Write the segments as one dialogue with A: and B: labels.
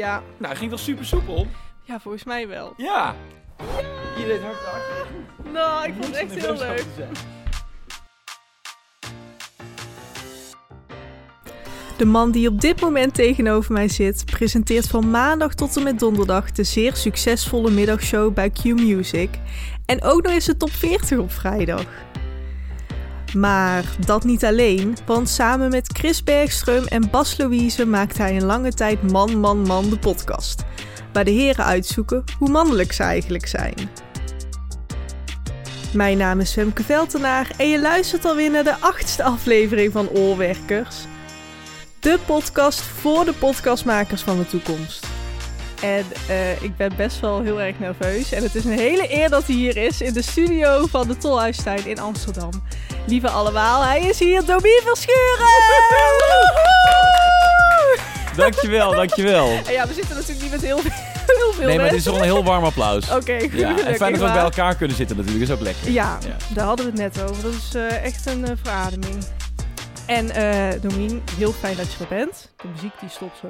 A: Ja,
B: Nou, ging wel super soepel.
A: ja, volgens mij wel.
B: Ja. Je deed hartstikke hartstikke goed.
A: Nou, ik
B: Om
A: vond het
B: niet
A: echt
B: zo
A: heel
B: nerveus
A: leuk.
B: te zijn.
C: De man die op dit moment tegenover mij zit, presenteert van maandag tot en met donderdag de zeer succesvolle middagshow bij Q Music. En ook nog eens de top 40 op vrijdag. Maar dat niet alleen, want samen met Chris Bergström en Bas Louise maakt hij een lange tijd Man, Man, Man de podcast. Waar de heren uitzoeken hoe mannelijk ze eigenlijk zijn. Mijn naam is Femke Veltenaar en je luistert alweer naar de achtste aflevering van Oorwerkers. De podcast voor de podcastmakers van de toekomst. En eh, ik ben best wel heel erg nerveus. En het is een hele eer dat hij hier is in de studio van de Tolhuistuin in Amsterdam. Lieve allemaal, hij is hier, Domien Verschuren! Woehoe!
B: Dankjewel, dankjewel.
C: En ja, we zitten natuurlijk niet met heel, heel veel
B: Nee, maar
C: mensen.
B: het is toch een heel warm applaus.
C: Oké,
B: Ja, en
C: gelukkig
B: fijn dat we ook
C: maar.
B: bij elkaar kunnen zitten natuurlijk, is ook lekker.
C: Ja,
B: Ja.
C: daar hadden we het net over. Dat is eh, echt een eh, verademing. En eh Domien, heel fijn dat je er bent. De muziek die stopt zo.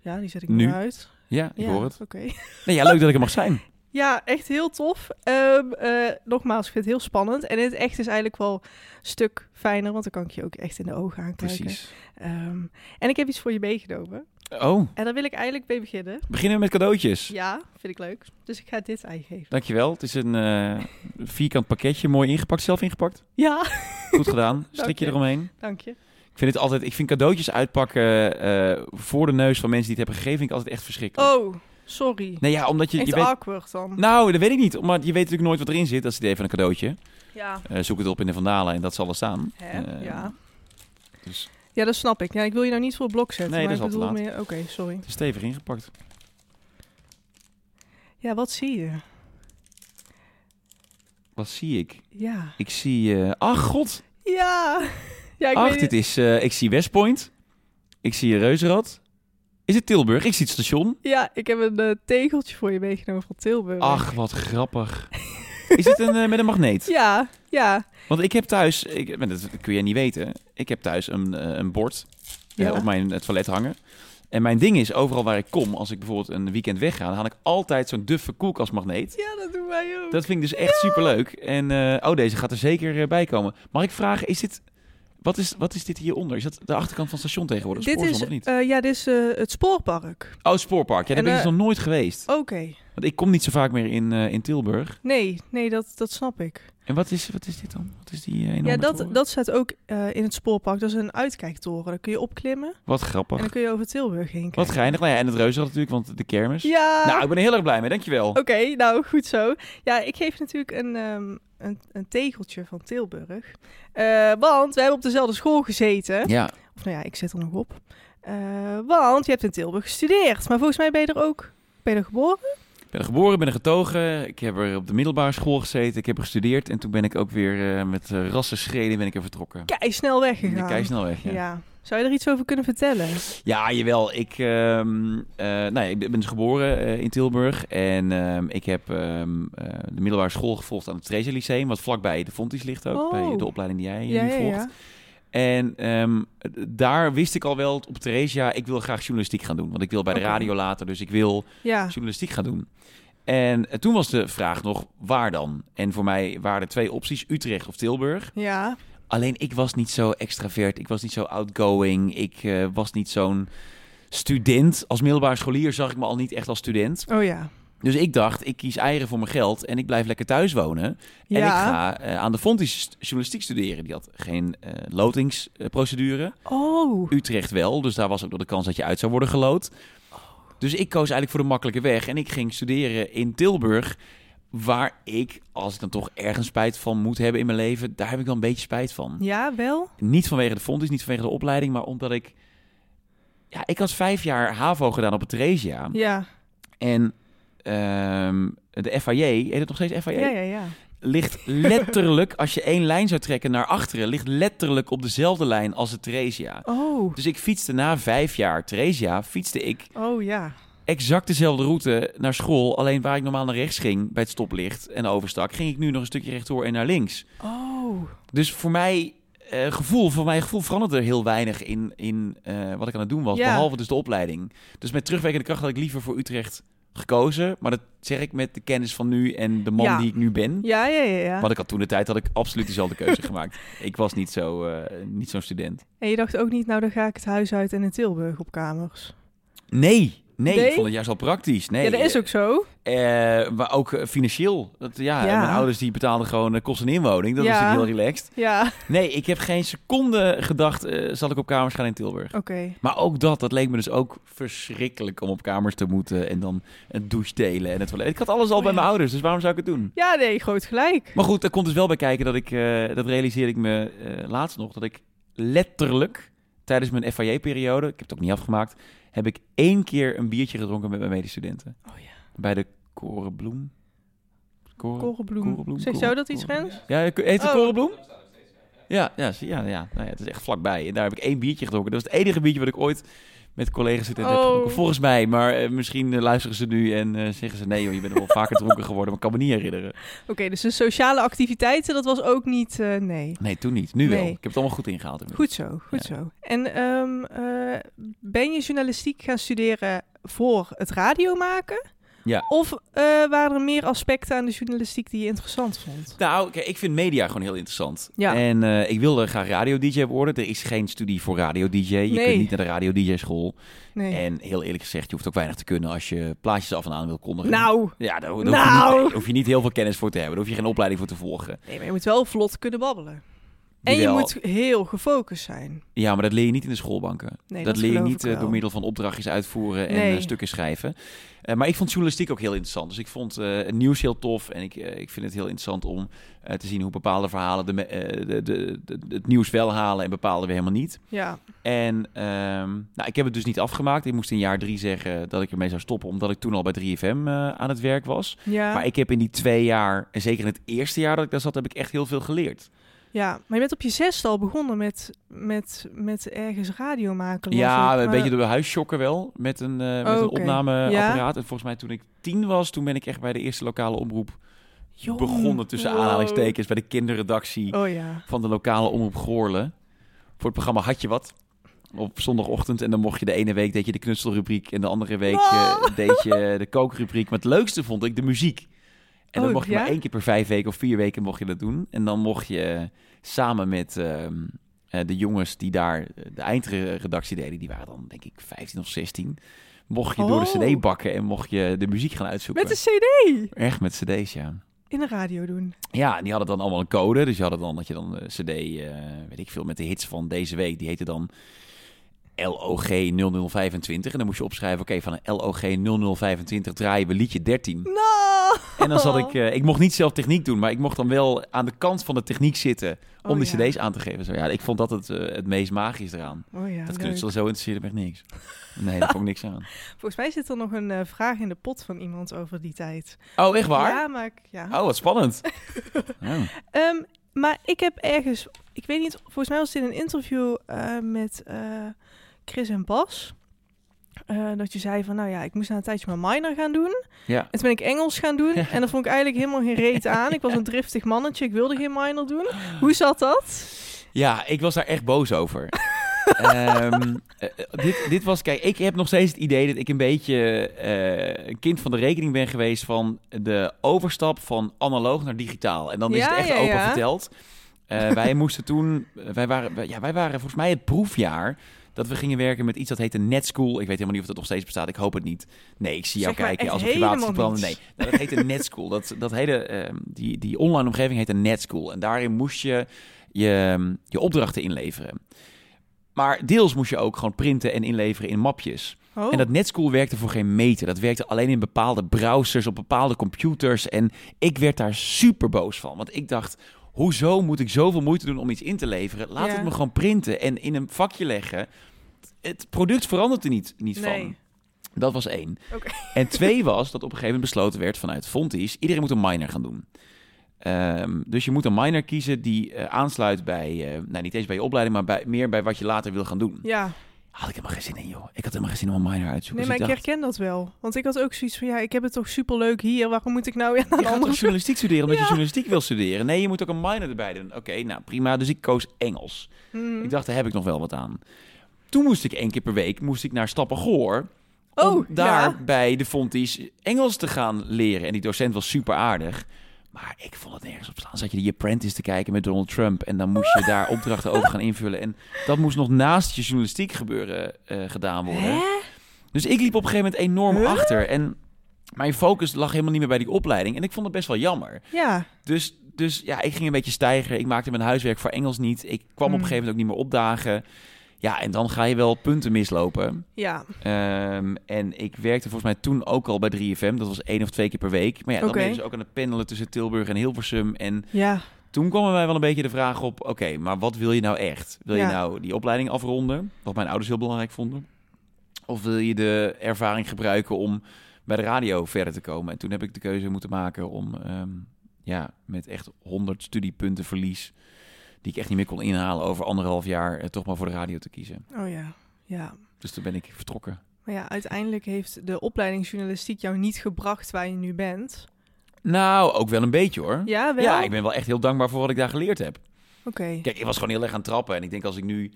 C: Ja, die zet ik nu
B: Nu?
C: uit.
B: Ja, ik
C: ja,
B: hoor het.
C: Oké.
B: Nee, ja, leuk dat ik er mag zijn.
C: Ja, echt heel tof. Ehm, eh, nogmaals, ik vind het heel spannend. En in het echt is eigenlijk wel een stuk fijner, want dan kan ik je ook echt in de ogen aankijken.
B: Precies.
C: Ehm, en ik heb iets voor je meegenomen.
B: Oh,
C: En daar wil ik eigenlijk mee beginnen.
B: beginnen we met cadeautjes.
C: Ja, vind ik leuk. Dus ik ga dit aan je geven.
B: Dankjewel. Het is een eh, vierkant pakketje, mooi ingepakt, zelf ingepakt.
C: Ja,
B: Goed gedaan. Strik je
C: je.
B: eromheen.
C: dank je.
B: Ik vind het altijd, ik vind cadeautjes uitpakken eh, voor de neus van mensen die het hebben gegeven, vind ik altijd echt verschrikkelijk.
C: Oh, sorry.
B: Nee, ja, omdat je,
C: Echt
B: je weet,
C: awkward dan.
B: nou, dat weet ik niet, maar je weet natuurlijk nooit wat erin zit. Dat is het idee van een cadeautje.
C: Ja.
B: Eh, zoek het op in de Vandalen en dat zal er staan.
C: Hè?
B: Eh,
C: ja.
B: Dus
C: ja, dat snap ik. Ja, ik wil je nou niet voor blok zetten.
B: Nee,
C: maar
B: dat
C: ik
B: is al
C: bedoel
B: te
C: meer... Oké, sorry.
B: het is stevig ingepakt.
C: Ja, wat zie je?
B: Wat zie ik?
C: Ja.
B: Ik zie, eh, ach god,
C: Ja. Ja, ik
B: ach,
C: weet
B: dit is, eh, ik zie West Point. Ik zie Reuzenrad. Is het Tilburg? Ik zie het station.
C: Ja, ik heb een eh, tegeltje voor je meegenomen van Tilburg.
B: Ach, wat grappig. Is dit een, eh, met een magneet?
C: Ja, ja.
B: Want ik heb thuis, ik, maar dat kun jij niet weten, ik heb thuis een, eh, een bord eh,
C: Ja.
B: op mijn eh, toilet hangen. En mijn ding is, overal waar ik kom, als ik bijvoorbeeld een weekend wegga, dan haal ik altijd zo'n duffe koelkastmagneet.
C: Ja, dat doen wij ook.
B: Dat vind ik dus echt superleuk. En eh, oh, deze gaat er zeker eh, bij komen. Mag ik vragen, is dit, wat, is, wat is dit hieronder? Is dat de achterkant van het station tegenwoordig?
C: dit
B: Spoorzone
C: is,
B: of niet?
C: eh, ja, dit is eh, het spoorpark.
B: oh, Spoorpark. Ja, daar
C: en,
B: ben ik
C: eh,
B: dus nog nooit geweest.
C: Oké.
B: Want ik kom niet zo vaak meer in, eh, in Tilburg.
C: Nee, nee, dat, dat snap ik.
B: En wat is, wat is dit dan? Wat is die eh, enorme
C: Ja, dat,
B: toren?
C: dat staat ook eh, in het spoorpark. Dat is een uitkijktoren. Daar kun je opklimmen
B: Wat
C: en
B: grappig.
C: dan kun je over Tilburg heen kijken.
B: Wat geinig. Nou ja, en het reuzenrad natuurlijk, want de kermis.
C: Ja.
B: Nou, ik ben er heel erg blij mee. Dankjewel.
C: Oké, nou goed zo. Ja, ik geef natuurlijk een, ehm, een, een tegeltje van Tilburg. Eh, want we hebben op dezelfde school gezeten.
B: Ja,
C: Of nou ja, ik zet er nog op. Eh, want je hebt in Tilburg gestudeerd. Maar volgens mij ben je er ook. Ben je er geboren?
B: ik ben er geboren, ben er getogen. Ik heb er op de middelbare school gezeten. Ik heb er gestudeerd. En toen ben ik ook weer eh, met eh, rassenschreden ben ik er vertrokken.
C: Kei snel
B: De
C: weggegaan.
B: keisnelweg, ja.
C: ja. Zou je er iets over kunnen vertellen?
B: Ja, jawel. Ik, ehm, eh, nou ja, ik ben dus geboren eh, in Tilburg. En ehm, ik heb ehm, eh, de middelbare school gevolgd aan het Trezer Lyceum. Wat vlakbij de Fonties ligt ook.
C: Oh.
B: Bij de opleiding die jij eh,
C: ja,
B: nu
C: ja,
B: volgt.
C: ja.
B: En ehm, daar wist ik al wel op Theresia, ik wil graag journalistiek gaan doen. Want ik wil bij de
C: Oké.
B: radio later, dus ik wil
C: Ja,
B: journalistiek gaan doen. En eh, toen was de vraag nog, waar dan? En voor mij waren er twee opties, Utrecht of Tilburg.
C: ja.
B: Alleen ik was niet zo extravert, ik was niet zo outgoing, ik eh, was niet zo'n student. Als middelbaar scholier zag ik me al niet echt als student.
C: Oh ja.
B: Dus ik dacht, ik kies eieren voor mijn geld en ik blijf lekker thuis wonen. En ik
C: Ja.
B: ga eh, aan de Fontys st- journalistiek studeren. Die had geen eh, lotingsprocedure.
C: Oh.
B: Utrecht wel, dus daar was ook nog de kans dat je uit zou worden geloot. Dus ik koos eigenlijk voor de makkelijke weg. En ik ging studeren in Tilburg. Waar ik, als ik dan toch ergens spijt van moet hebben in mijn leven... daar heb ik wel een beetje spijt van.
C: Ja, wel?
B: Niet vanwege de Fontys, niet vanwege de opleiding... maar omdat ik... Ja, ik had vijf jaar HAVO gedaan op het Theresia.
C: Ja.
B: En ehm, de FAJ, heet het nog steeds FAJ?
C: Ja, ja, ja.
B: ligt letterlijk, als je één lijn zou trekken naar achteren, ligt letterlijk op dezelfde lijn als het Theresia.
C: Oh.
B: Dus ik fietste na vijf jaar Theresia, fietste ik
C: Oh ja.
B: exact dezelfde route naar school. Alleen waar ik normaal naar rechts ging bij het stoplicht en overstak, ging ik nu nog een stukje rechtdoor en naar links.
C: Oh.
B: Dus voor mij, eh, eh, gevoel, voor mijn gevoel veranderde er heel weinig in, in eh, wat ik aan het doen was.
C: Ja.
B: Behalve dus de opleiding. Dus met terugwerkende kracht had ik liever voor Utrecht gekozen. Maar dat zeg ik met de kennis van nu en de man
C: Ja.
B: die ik nu ben.
C: Ja, ja, ja. ja.
B: Want ik had toen de tijd had ik absoluut dezelfde keuze gemaakt. Ik was niet zo, eh, niet zo'n student.
C: En je dacht ook niet, nou dan ga ik het huis uit en in Tilburg op kamers.
B: Nee, nee,
C: Nee?
B: ik vond het juist al praktisch. Nee,
C: ja, dat is ook zo.
B: eh, maar ook eh, financieel. Dat, ja,
C: Ja.
B: Mijn ouders die betaalden gewoon eh, kosten en inwoning. Dat
C: Ja.
B: was natuurlijk heel relaxed.
C: Ja,
B: Nee, ik heb geen seconde gedacht, eh, zal ik op kamers gaan in Tilburg.
C: oké.
B: Maar ook dat, dat leek me dus ook verschrikkelijk om op kamers te moeten. En dan een douche delen en het toilet. Ik had alles al
C: Oh,
B: bij
C: ja.
B: mijn ouders, dus waarom zou ik het doen?
C: Ja, nee, groot gelijk.
B: Maar goed, er komt dus wel bij kijken dat ik, eh, dat realiseerde ik me eh, laatst nog, dat ik letterlijk tijdens mijn FAJ-periode, ik heb het ook niet afgemaakt, heb ik één keer een biertje gedronken met mijn medestudenten.
C: Oh ja.
B: Bij de Korenbloem. Koren...
C: Korenbloem.
B: Korenbloem,
C: Zegt jou
B: koren-
C: dat iets,
B: koren-
C: Rens?
B: Ja, heet het
C: Oh.
B: Korenbloem? Ja, ja, zie- ja, ja. Nou ja, het is echt vlakbij. En daar heb ik één biertje gedronken. Dat was het enige biertje wat ik ooit met collega-studenten
C: Oh.
B: heb gedronken. Volgens mij, maar eh, misschien eh, luisteren ze nu en eh, zeggen ze... Nee joh, je bent wel vaker dronken geworden, maar ik kan me niet herinneren.
C: Oké, dus de sociale activiteiten, dat was ook niet, eh, nee.
B: Nee, toen niet. Nu wel.
C: Nee.
B: Ik heb het allemaal goed ingehaald. inmiddels.
C: Goed zo, goed zo. En ehm, eh, ben je journalistiek gaan studeren voor het radio maken?
B: Ja.
C: Of eh, waren er meer aspecten aan de journalistiek die je interessant vond?
B: Nou, kijk, ik vind media gewoon heel interessant.
C: Ja.
B: En eh, ik wilde graag radio-dj worden. Er is geen studie voor radio-dj. Je
C: Nee.
B: kunt niet naar de radio-dj-school.
C: Nee.
B: En heel eerlijk gezegd, je hoeft ook weinig te kunnen als je plaatjes af en aan wil kondigen.
C: Nou,
B: Ja, daar, daar hoef, je
C: Nou.
B: niet, daar hoef je niet heel veel kennis voor te hebben. Daar hoef je geen opleiding voor te volgen.
C: nee, maar je moet wel vlot kunnen babbelen. En je
B: Jawel.
C: moet heel gefocust zijn.
B: Ja, maar dat leer je niet in de schoolbanken.
C: Nee,
B: dat,
C: dat
B: leer je
C: geloof
B: niet
C: ik
B: eh,
C: wel.
B: door middel van opdrachtjes uitvoeren en
C: Nee.
B: eh, stukken schrijven. Eh, maar ik vond journalistiek ook heel interessant. Dus ik vond eh, het nieuws heel tof. En ik, eh, ik vind het heel interessant om eh, te zien hoe bepaalde verhalen de, me- eh, de, de, de- het nieuws wel halen en bepaalde weer helemaal niet.
C: Ja,
B: En ehm, nou, ik heb het dus niet afgemaakt. Ik moest in jaar drie zeggen dat ik ermee zou stoppen, omdat ik toen al bij 3FM eh, aan het werk was.
C: ja.
B: Maar ik heb in die twee jaar, en zeker in het eerste jaar dat ik daar zat, heb ik echt heel veel geleerd.
C: Ja, maar je bent op je zesde al begonnen met, met, met ergens radio maken. las ik,
B: ja,
C: maar-
B: een beetje door de huisschokken wel, met een, eh, met
C: Ah. Oh,
B: een
C: oké.
B: opnameapparaat. En volgens mij toen ik tien was, toen ben ik echt bij de eerste lokale omroep
C: Jong,
B: begonnen, tussen
C: wow.
B: aanhalingstekens, bij de kinderredactie
C: Oh ja.
B: van de lokale omroep Goorlen. Voor het programma Had Je Wat? Op zondagochtend. En dan mocht je de ene week deed je de knutselrubriek. En de andere week eh,
C: Wow.
B: deed je de kookrubriek. Maar het leukste vond ik de muziek. En dan
C: Oh,
B: mocht je maar
C: ja?
B: één keer per vijf weken of vier weken mocht je dat doen. En dan mocht je samen met ehm, eh, de jongens die daar de eindredactie deden. Die waren dan denk ik 15 of 16. Mocht je door de
C: Oh.
B: cd bakken en mocht je de muziek gaan uitzoeken.
C: Met een cd
B: Echt met cd's, ja.
C: in de radio doen.
B: Ja, en die hadden dan allemaal een code. Dus je hadden dan dat je dan eh, CD, eh, weet ik veel, met de hits van deze week. Die heette dan LOG 0025. En dan moest je opschrijven, oké, van een LOG 0025 draaien we liedje 13.
C: No!
B: En dan
C: Oh.
B: zat ik, eh, ik mocht niet zelf techniek doen, maar ik mocht dan wel aan de kant van de techniek zitten om
C: Oh,
B: die
C: ja.
B: CD's aan te geven. Zo, ja, ik vond dat het, eh, het meest magisch eraan.
C: Oh ja,
B: dat
C: leuk.
B: knutselen zo interesseerde me echt niks. Nee, daar vond ik niks aan.
C: Volgens mij zit er nog een eh, vraag in de pot van iemand over die tijd.
B: Oh, echt waar?
C: Ja, maar ik, ja.
B: Oh, wat spannend. Oh.
C: Ehm, maar ik heb ergens, ik weet niet, volgens mij was dit een interview eh, met eh, Chris en Bas. Eh, dat je zei van, nou ja, ik moest na een tijdje mijn minor gaan doen.
B: Ja.
C: En toen ben ik Engels gaan doen. En dat vond ik eigenlijk helemaal geen reet aan. Ik was een driftig mannetje, ik wilde geen minor doen.
B: Ah.
C: Hoe zat dat?
B: Ja, ik was daar echt boos over. Ehm, eh, dit, dit was, kijk, ik heb nog steeds het idee dat ik een beetje eh, een kind van de rekening ben geweest van de overstap van analoog naar digitaal. En dan is
C: Ja,
B: het echt
C: ja,
B: open
C: ja.
B: verteld. Eh, wij moesten toen, eh, wij waren, wij- ja, wij waren volgens mij het proefjaar dat we gingen werken met iets dat heette Netschool. Ik weet helemaal niet of dat nog steeds bestaat. Ik hoop het niet. Nee, ik zie jou
C: Zeg maar
B: kijken
C: echt
B: alsof je
C: helemaal
B: water branden. Nee,
C: niets.
B: nou, dat heette Netschool. Dat, dat hele, ehm, die, die online omgeving heette Netschool. En daarin moest je je, ehm, je opdrachten inleveren. Maar deels moest je ook gewoon printen en inleveren in mapjes.
C: Oh,
B: En dat Netschool werkte voor geen meter. Dat werkte alleen in bepaalde browsers, op bepaalde computers. En ik werd daar super boos van. Want ik dacht, hoezo moet ik zoveel moeite doen om iets in te leveren? Laat
C: Ja.
B: het me gewoon printen en in een vakje leggen. Het product verandert er niet, niet
C: nee.
B: van. Dat was één.
C: Oké.
B: En twee was dat op een gegeven moment besloten werd vanuit Fontys... iedereen moet een minor gaan doen. Ehm, dus je moet een minor kiezen die eh, aansluit bij... eh, nou, niet eens bij je opleiding, maar bij, meer bij wat je later wil gaan doen.
C: Ja,
B: Had ik helemaal geen zin in, joh. Ik had helemaal geen zin om een minor uit te zoeken.
C: Nee, maar
B: dus
C: ik
B: ik dacht,
C: herken dat wel. Want ik had ook zoiets van, ja, ik heb het toch superleuk hier. Waarom moet ik nou weer naar
B: je
C: een
B: gaat
C: andere...
B: toch journalistiek studeren omdat
C: Ja.
B: je journalistiek wil studeren? Nee, je moet ook een minor erbij doen. Oké, nou prima. Dus ik koos Engels.
C: Hmm.
B: Ik dacht, daar heb ik nog wel wat aan. Toen moest ik één keer per week moest ik naar Stappengoor.
C: Oh,
B: om daar bij de Fonties Engels te gaan leren. En die docent was super aardig. Maar ik vond het nergens op staan. Zat je die Apprentice te kijken met Donald Trump. En dan moest je daar opdrachten over gaan invullen. En dat moest nog naast je journalistiek gebeuren eh, gedaan
C: ja.
B: worden.
C: Hè?
B: Dus ik liep op een gegeven moment enorm
C: Huh?
B: achter. En mijn focus lag helemaal niet meer bij die opleiding. En ik vond het best wel jammer.
C: Ja.
B: Dus, dus ja, ik ging een beetje stijgen. Ik maakte mijn huiswerk voor Engels niet. Ik kwam op
C: Hmm.
B: een gegeven moment ook niet meer opdagen. Ja, en dan ga je wel punten mislopen.
C: Ja.
B: Ehm, en ik werkte volgens mij toen ook al bij 3FM. Dat was één of twee keer per week. Maar ja, dan
C: Oké.
B: ben je dus ook aan het pendelen tussen Tilburg en Hilversum. En
C: Ja.
B: toen kwam bij mij wel een beetje de vraag op... oké, maar wat wil je nou echt? Wil
C: Ja.
B: je nou die opleiding afronden? Wat mijn ouders heel belangrijk vonden. Of wil je de ervaring gebruiken om bij de radio verder te komen? En toen heb ik de keuze moeten maken om... ehm, ja, met echt 100 studiepunten verlies... die ik echt niet meer kon inhalen over anderhalf jaar... eh, toch maar voor de radio te kiezen.
C: Oh ja. Ja.
B: Dus toen ben ik vertrokken.
C: Maar ja, uiteindelijk heeft de opleiding journalistiek jou niet gebracht waar je nu bent.
B: Nou, ook wel een beetje hoor.
C: Hm? Ja, wel?
B: Ja, ik ben wel echt heel dankbaar voor wat ik daar geleerd heb.
C: Oké.
B: Kijk, ik was gewoon heel erg aan het trappen. En ik denk als ik nu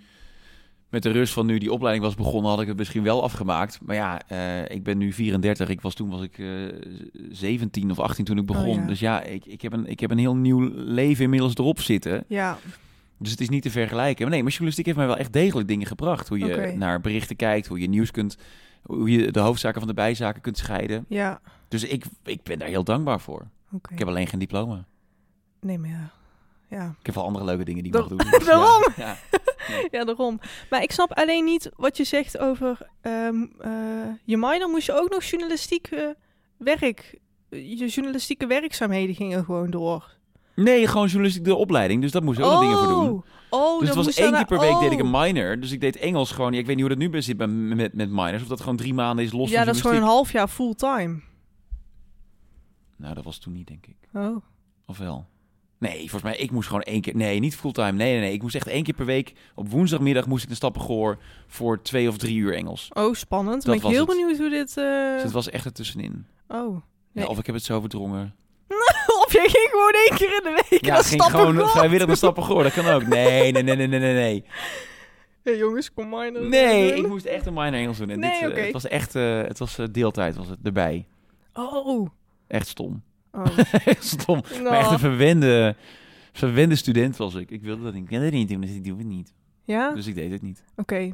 B: met de rust van nu die opleiding was begonnen, had ik het misschien wel afgemaakt. Maar ja, eh, ik ben nu 34. Ik was toen was ik eh, 17 of 18 toen ik begon.
C: Oh, ja.
B: Dus ja, ik, ik, heb een, ik heb een heel nieuw leven inmiddels erop zitten.
C: Ja.
B: Dus het is niet te vergelijken. Maar nee, maar journalistiek heeft mij wel echt degelijk dingen gebracht. Hoe je
C: Oké.
B: naar berichten kijkt, hoe je nieuws kunt, hoe je de hoofdzaken van de bijzaken kunt scheiden.
C: Ja.
B: Dus ik, ik ben daar heel dankbaar voor.
C: Oké.
B: Ik heb alleen geen diploma.
C: Nee, maar ja. Ja.
B: Ik heb wel andere leuke dingen die
C: Da-
B: ik mag doen. Dus ja,
C: Daarom.
B: ja.
C: ja, daarom. Maar ik snap alleen niet wat je zegt over ehm, eh, je minor. Moest je ook nog journalistiek eh, werk... Je journalistieke werkzaamheden gingen gewoon door.
B: Nee, gewoon journalistiek de opleiding. Dus dat moest ik ook nog dingen voor doen.
C: Oh, dan
B: Dus het was
C: moest
B: één
C: daarna-
B: keer per week deed
C: oh.
B: ik een minor. Dus ik deed Engels gewoon. Ja, ik weet niet hoe dat nu bij zit bij- met, met minors. Of dat gewoon drie maanden is los
C: Ja,
B: van
C: dat is gewoon een
B: journalistiek.
C: half jaar fulltime.
B: Nou, dat was toen niet, denk ik.
C: Oh.
B: Of wel? Nee, volgens mij, ik moest gewoon één keer... Nee, niet fulltime. Nee, nee, nee. Ik moest echt één keer per week... Op woensdagmiddag moest ik naar Stappengoor voor twee of drie uur Engels.
C: Oh, spannend.
B: Dat
C: ben ik
B: was
C: heel
B: het.
C: benieuwd hoe dit... eh,
B: Dus het was echt ertussenin.
C: Oh.
B: Ja,
C: Nee.
B: of ik heb het zo verdrongen.
C: Of je ging gewoon één keer in de week
B: ja,
C: naar
B: ik ging gewoon
C: Stappengoor.
B: vrijwillig naar Stappengoor. Dat kan ook. Nee, nee, nee, nee, nee, nee, nee.
C: Hey, jongens, kom maar. naar-
B: Nee, ik moest echt een minor Engels doen. En
C: Nee,
B: dit, eh,
C: oké.
B: Het was echt, eh, het was eh, deeltijd was het erbij.
C: Oh. Nou.
B: Echt stom.
C: oh.
B: Echt stom. Maar echt een verwende, verwende student was ik. Ik wilde dat niet. Ik wilde dat niet doen, dus ik doe het niet.
C: Ja? Oké,
B: Dus ik deed het niet.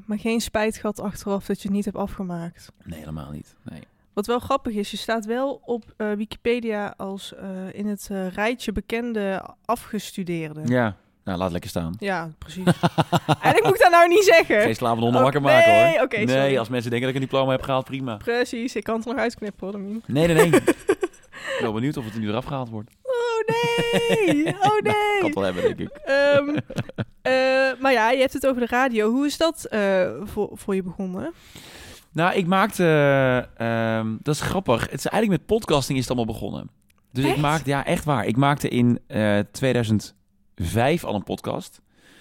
C: maar geen spijt gehad achteraf dat je het niet hebt afgemaakt.
B: Nee, helemaal niet. Nee.
C: Wat wel grappig is, je staat wel op eh, Wikipedia als eh, in het eh, rijtje bekende afgestudeerden.
B: Ja. Nou, laat lekker staan.
C: Ja, precies. en ik moet dat nou niet zeggen.
B: Geen slaven honden
C: Oh,
B: wakker maken
C: nee,
B: hoor.
C: oké, sorry.
B: nee, als mensen denken dat ik een diploma heb gehaald, prima.
C: Precies, ik kan het er nog uitknippen hoor, Domien.
B: Nee, nee, nee. ik ben wel benieuwd of het er nu eraf gehaald wordt.
C: Oh nee! Oh nee!
B: Kan het Nou, wel hebben, denk ik.
C: Ehm, eh, maar ja, je hebt het over de radio. Hoe is dat eh, voor, voor je begonnen?
B: Nou, ik maakte... eh, ehm, dat is grappig. Het is eigenlijk met podcasting is het allemaal begonnen. Dus
C: Echt?
B: ik maakte... Ja, echt waar. Ik maakte in eh, 2005 al een podcast.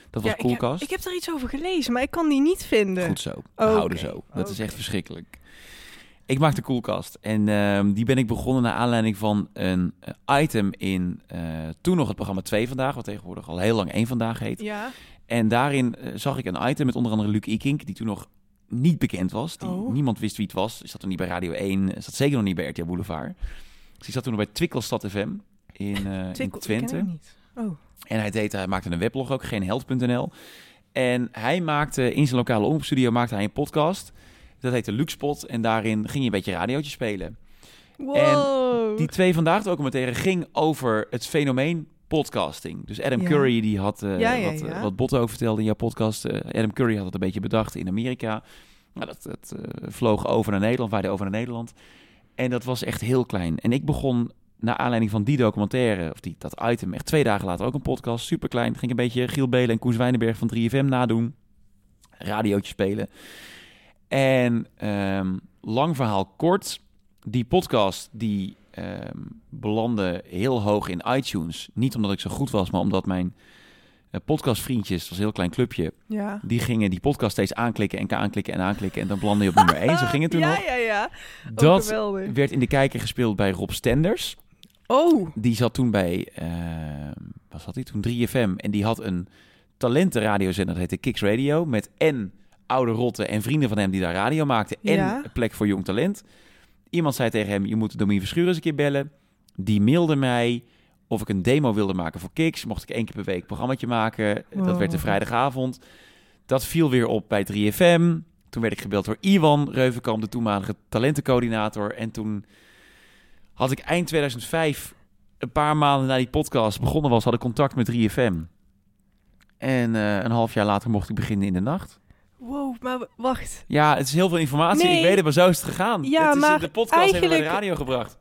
B: Dat was
C: ja, ik, heb,
B: Coolcast.
C: ik heb er iets over gelezen, maar ik kan die niet vinden.
B: Goed zo. We
C: Oké, Oh,
B: houden zo. Dat is echt
C: oké.
B: verschrikkelijk. Ik maakte Coolcast. En ehm, die ben ik begonnen naar aanleiding van een eh, item in... eh, toen nog het programma 2 Vandaag. Wat tegenwoordig al heel lang 1 Vandaag heet.
C: Ja.
B: En daarin eh, zag ik een item met onder andere Luc Ikink, die toen nog niet bekend was. Die
C: Oh.
B: Niemand wist wie het was. Hij zat toen niet bij Radio 1, hij zat zeker nog niet bij RTL Boulevard. Dus die zat toen nog bij Twikkelstad FM in, eh
C: Twee
B: in
C: ko- die ken
B: Twente.
C: ik niet. Oh,
B: En hij, deed, hij maakte een weblog ook, geenheld.nl. En hij maakte in zijn lokale omroepstudio maakte hij een podcast. Dat heette Luxpot. En daarin ging je een beetje radiootje spelen.
C: wow.
B: Die twee vandaag documentaire ging over het fenomeen podcasting. Dus Adam
C: Ja.
B: Curry, die had eh,
C: Ja, ja,
B: wat, eh,
C: ja.
B: wat Botte ook vertelde in jouw podcast. eh, Adam Curry had het een beetje bedacht in Amerika. Nou, dat dat eh, vloog over naar Nederland, waaide over naar Nederland. En dat was echt heel klein. En ik begon naar aanleiding van die documentaire, of die, dat item, echt twee dagen later ook een podcast. Super klein. Ging een beetje Giel Belen en Koen Wijnenberg van 3FM nadoen. Radiootje spelen. En ehm, lang verhaal kort. Die podcast die ehm, belandde heel hoog in iTunes. Niet omdat ik zo goed was, maar omdat mijn eh, podcastvriendjes, dat was een heel klein clubje,
C: Ja.
B: die gingen die podcast steeds aanklikken en aanklikken en aanklikken. En dan belandde je op nummer 1. Zo ging het toen
C: Ah, ja,
B: nog.
C: Ja, ja, Oh,
B: Dat
C: geweldig.
B: werd in de kijker gespeeld bij Rob Stenders.
C: Oh,
B: Die zat toen bij, eh wat zat hij toen? 3FM. En die had een talentenradiozender, dat heette Kicks Radio. Met en oude rotten en vrienden van hem die daar radio maakten. En
C: Ja.
B: een plek voor jong talent. Iemand zei tegen hem, je moet Domien Verschuren eens een keer bellen. Die mailde mij of ik een demo wilde maken voor Kicks. Mocht ik één keer per week een programmaatje maken. Dat
C: Wow.
B: werd de vrijdagavond. Dat viel weer op bij 3FM. Toen werd ik gebeld door Iwan Reuvenkamp, de toenmalige talentencoördinator. En toen had ik eind 2005, een paar maanden na die podcast begonnen was, had ik contact met 3FM. En eh, een half jaar later mocht ik beginnen in de nacht.
C: wow, maar w- wacht.
B: Ja, het is heel veel informatie.
C: Nee.
B: Ik weet het, maar zo is het gegaan.
C: Ja,
B: het is
C: maar
B: de podcast hebben we bij de
C: eigenlijk-
B: radio gebracht.